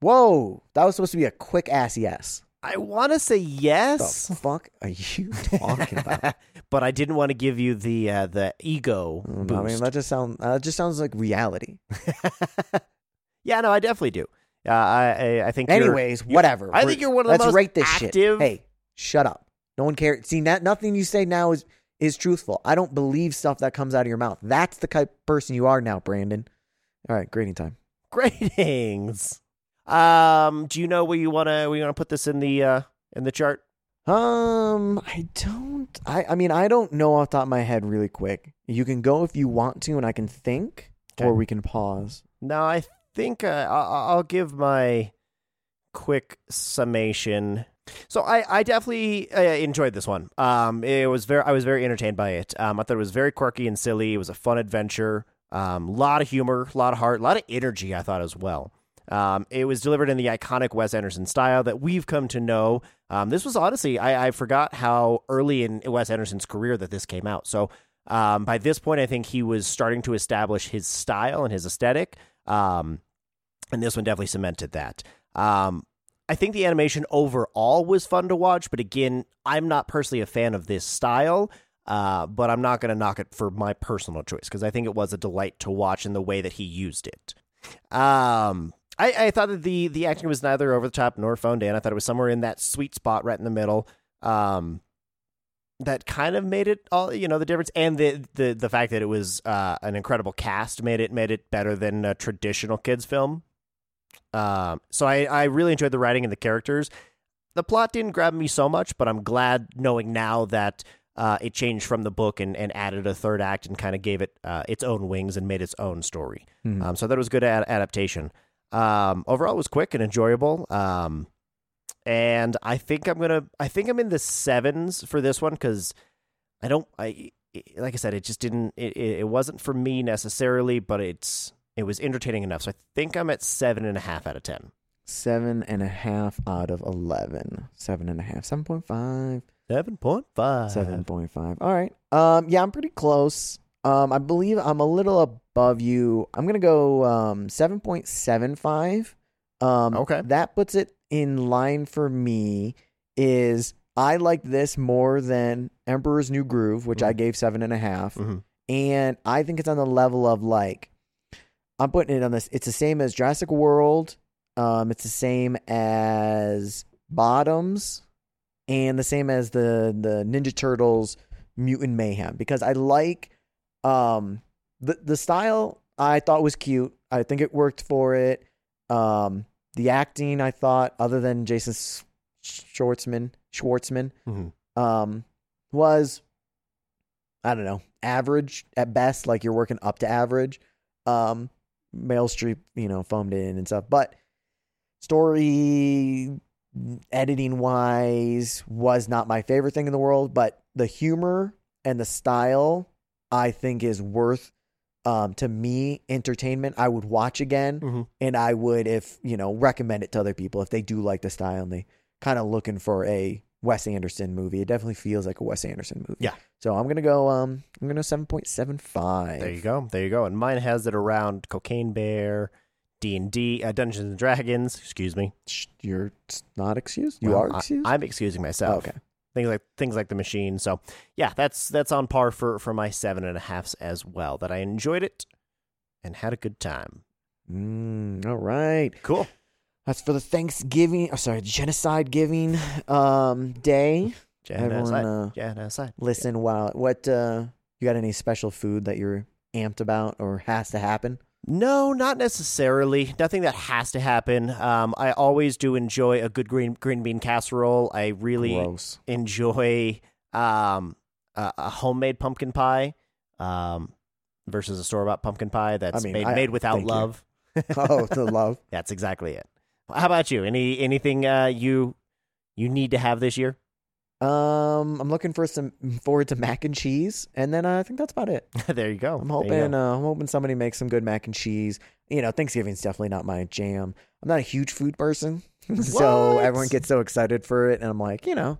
S2: Whoa, that was supposed to be a quick ass yes.
S1: I want to say yes,
S2: The fuck are you
S1: [laughs]
S2: talking about?
S1: but I didn't want to give you the uh, the ego
S2: Mm,
S1: boost.
S2: I mean, that just sound uh, that just sounds like reality.
S1: yeah, no, I definitely do. Uh, I, I I think. you're- [laughs]
S2: Anyways,
S1: you're-
S2: whatever.
S1: I
S2: We're-
S1: think you're one of the
S2: let's
S1: most
S2: rate this
S1: active-
S2: shit. Hey, shut up. No one cares. See, not, nothing you say now is is truthful. I don't believe stuff that comes out of your mouth. That's the type of person you are now, Brandon. All right, grading time.
S1: Gratings. Um, do you know where you wanna where you wanna put this in the uh in the chart?
S2: Um, I don't. I I mean, I don't know off the top of my head. Really quick, you can go if you want to, and I can think,
S1: Okay.
S2: or we can pause.
S1: No, I think uh, I- I'll give my quick summation. So I, I definitely uh, enjoyed this one. Um, it was very I was very entertained by it. Um, I thought it was very quirky and silly. It was a fun adventure. Um, lot of humor, a lot of heart, a lot of energy. I thought as well. Um, it was delivered in the iconic Wes Anderson style that we've come to know. Um, this was honestly I, I forgot how early in Wes Anderson's career that this came out. So um, by this point, I think he was starting to establish his style and his aesthetic. Um, and this one definitely cemented that. Um, I think the animation overall was fun to watch, but again, I'm not personally a fan of this style. Uh, but I'm not going to knock it for my personal choice because I think it was a delight to watch in the way that he used it. Um, I, I thought that the the acting was neither over the top nor phoned in. I thought it was somewhere in that sweet spot, right in the middle. Um, that kind of made it all you know the difference, and the the the fact that it was uh, an incredible cast made it made it better than a traditional kids film. Um, so I I really enjoyed the writing and the characters. The plot didn't grab me so much, but I'm glad knowing now that. Uh, it changed from the book and, and added a third act and kind of gave it uh, its own wings and made its own story.
S2: Hmm.
S1: Um, so that was good ad- adaptation. Um, overall, it was quick and enjoyable. Um, and I think I'm gonna. I think I'm in the sevens for this one because I don't. I it- like I said, it just didn't. It, it it wasn't for me necessarily, but it's it was entertaining enough. So I think I'm at seven and a half out of ten.
S2: Seven and a half out of eleven. Seven and a half. Seven point five.
S1: Seven point five.
S2: Seven point five. All right. Um. Yeah, I'm pretty close. Um. I believe I'm a little above you. I'm gonna go um seven point seven five. Um.
S1: Okay.
S2: That puts it in line for me. Is I like this more than Emperor's New Groove, which I
S1: Mhm.
S2: gave seven and a half.
S1: Mhm.
S2: and I think it's on the level of like I'm putting it on this. It's the same as Jurassic World. Um, it's the same as Bottoms, and the same as the the Ninja Turtles Mutant Mayhem because I like um the the style I thought was cute. I think it worked for it. Um, the acting I thought, other than Jason S- Schwartzman, Schwartzman,
S1: Mhm.
S2: um, was I don't know average at best. Like you're working up to average. Um, Meryl Streep, you know, foamed in and stuff, but story editing wise was not my favorite thing in the world, but the humor and the style I think is worth um, to me entertainment. I would watch again
S1: Mhm.
S2: and I would if you know recommend it to other people if they do like the style and they kind of looking for a Wes Anderson movie. It definitely feels like a Wes Anderson movie.
S1: Yeah.
S2: So I'm gonna go um I'm gonna seven point seven five.
S1: There you go. There you go. And mine has it around Cocaine Bear, D and D, uh, Dungeons and Dragons. Excuse me.
S2: You're not excused. You
S1: Well,
S2: are excused.
S1: I, am excusing myself.
S2: Oh, okay.
S1: Things like things like the machine. So yeah, that's that's on par for for my seven and a halfs as well. That I enjoyed it and had a good time.
S2: Mm, all right.
S1: Cool.
S2: That's for the Thanksgiving. Oh, sorry, genocide giving um day. Everyone,
S1: Genocide.
S2: uh,
S1: Genocide.
S2: listen. Wow. What uh, you got? Any special food that you're amped about or has to happen?
S1: No, not necessarily. Nothing that has to happen. Um, I always do enjoy a good green green bean casserole. I really [laughs]
S2: Gross.
S1: enjoy um a, a homemade pumpkin pie um versus a store bought pumpkin pie that's
S2: mean,
S1: made
S2: I-
S1: made without
S2: thank you.
S1: love.
S2: oh, the love.
S1: That's exactly it. How about you? Any anything uh, you you need to have this year? [laughs]
S2: Um, I'm looking for some forward to mac and cheese, and then uh, I think that's about it.
S1: there you go.
S2: I'm
S1: There you
S2: hoping.
S1: go.
S2: Uh, I'm hoping somebody makes some good mac and cheese. You know, Thanksgiving's definitely not my jam. I'm not a huge food person, [laughs] so
S1: What?
S2: everyone gets so excited for it, and I'm like, you know,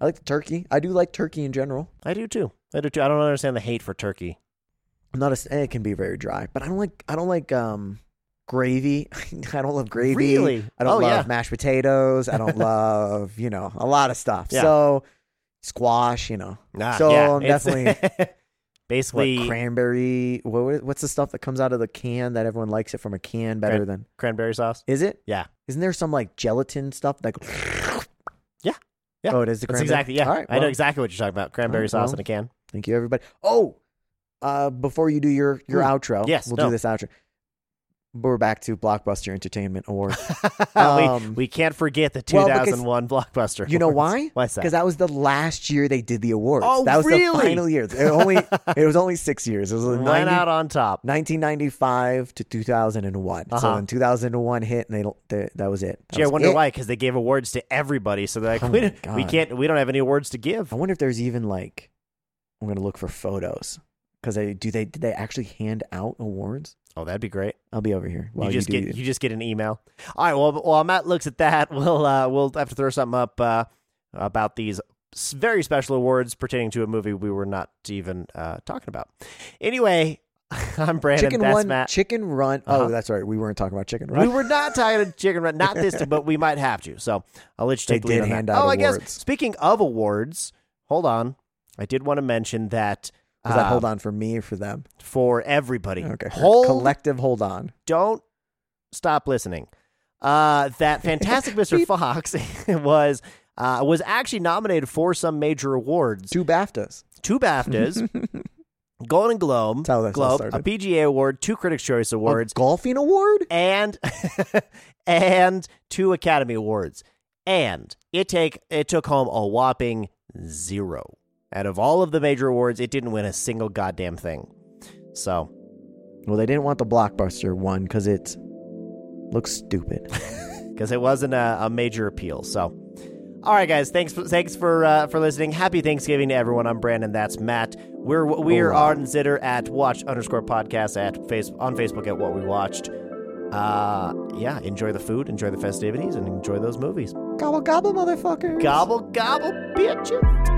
S2: I like the turkey. I do like turkey in general.
S1: I do too. I do too. I don't understand the hate for turkey.
S2: eh, I'm not a. It can be very dry, but I don't like. I don't like. Um, gravy. [laughs] I don't love gravy.
S1: Really?
S2: I don't
S1: Oh, yeah.
S2: love mashed potatoes. I
S1: [laughs]
S2: don't love, you know, a lot of stuff.
S1: Yeah.
S2: So squash, you know.
S1: Nah,
S2: so
S1: yeah,
S2: I'm
S1: it's-
S2: definitely what,
S1: [laughs] basically
S2: cranberry. What, wa- what's the stuff that comes out of the can that everyone likes it from a can better
S1: Cran-
S2: than?
S1: cranberry sauce.
S2: Is it?
S1: Yeah.
S2: Isn't there some like gelatin stuff that? go-
S1: Yeah. Yeah.
S2: Oh, it is the
S1: That's
S2: cranberry.
S1: exactly yeah.
S2: All right.
S1: I know
S2: well,
S1: exactly what you're talking about. Cranberry
S2: Alright,
S1: sauce
S2: well.
S1: in a
S2: [laughs]
S1: can. [laughs]
S2: Thank you, everybody. Oh, uh, before you do your your
S1: Hmm.
S2: outro,
S1: Yes,
S2: we'll
S1: no.
S2: do this outro. We're back to Blockbuster Entertainment Award.
S1: [laughs] we,
S2: Um,
S1: we can't forget the
S2: well, because-
S1: 2001 blockbuster.
S2: You know
S1: awards.
S2: why?
S1: Why's that?
S2: Because that was the last year they did the awards.
S1: Oh,
S2: that was
S1: really?
S2: the final year. It
S1: [laughs]
S2: only it was only six years. It was
S1: Went
S2: 90
S1: out on top.
S2: 1995 to 2001. So
S1: Uh-huh.
S2: when 2001 hit, and they, don't- they that was it. That
S1: Gee, I
S2: was
S1: wonder
S2: it.
S1: why, because they gave awards to everybody. So they're like,
S2: Oh
S1: we,
S2: my
S1: don't- we
S2: God.
S1: can't, we don't have any awards to give.
S2: I wonder if there's even like I'm gonna look for photos because they do they did they actually hand out awards?
S1: Oh, that'd be great.
S2: I'll be over here. While
S1: you
S2: you
S1: just
S2: do
S1: get
S2: it.
S1: you just get an email. All right. Well, while Matt looks at that, [laughs] we'll uh, we'll have to throw something up uh, about these s- very special awards pertaining to a movie we were not even uh, talking about. Anyway, [laughs] I'm Brandon.
S2: chicken
S1: that's
S2: one
S1: Matt.
S2: chicken run.
S1: Uh-huh.
S2: Oh, that's right. We weren't talking about chicken
S1: we
S2: run.
S1: were not talking to chicken run, not this time, but we might have to. So I'll let you
S2: They
S1: take the lead
S2: did
S1: on
S2: hand
S1: that.
S2: out
S1: oh, I guess
S2: awards.
S1: speaking of awards, hold on. I did want to mention that.
S2: Was that
S1: uh,
S2: hold on for me or for them?
S1: for everybody.
S2: Okay.
S1: Hold
S2: Collective hold on.
S1: don't stop listening. Uh,
S2: [laughs]
S1: that Fantastic Mr. Fox [laughs] was uh, was actually nominated for some major awards,
S2: Two BAFTAs.
S1: two
S2: [laughs]
S1: BAFTAs, Golden Globe,
S2: That's how this all
S1: Globe,
S2: started. Oh.
S1: a PGA award, two Critics' Choice Awards,
S2: A golfing award?
S1: and [laughs] and two Academy Awards. And it take it took home a whopping zero. Out of all of the major awards, it didn't win a single goddamn thing. So
S2: Well, they didn't want the blockbuster one because it
S1: [laughs]
S2: looks stupid.
S1: because it wasn't a, a major appeal. So, all right, guys, thanks for, thanks for uh, for listening. Happy Thanksgiving to everyone. I'm Brandon. That's Matt. We're we're
S2: Hola.
S1: on Zitter at Watch underscore Podcast at face on Facebook at What We Watched. Uh, yeah, enjoy the food, enjoy the festivities, and enjoy those movies.
S2: gobble gobble, motherfucker.
S1: Gobble gobble, bitches.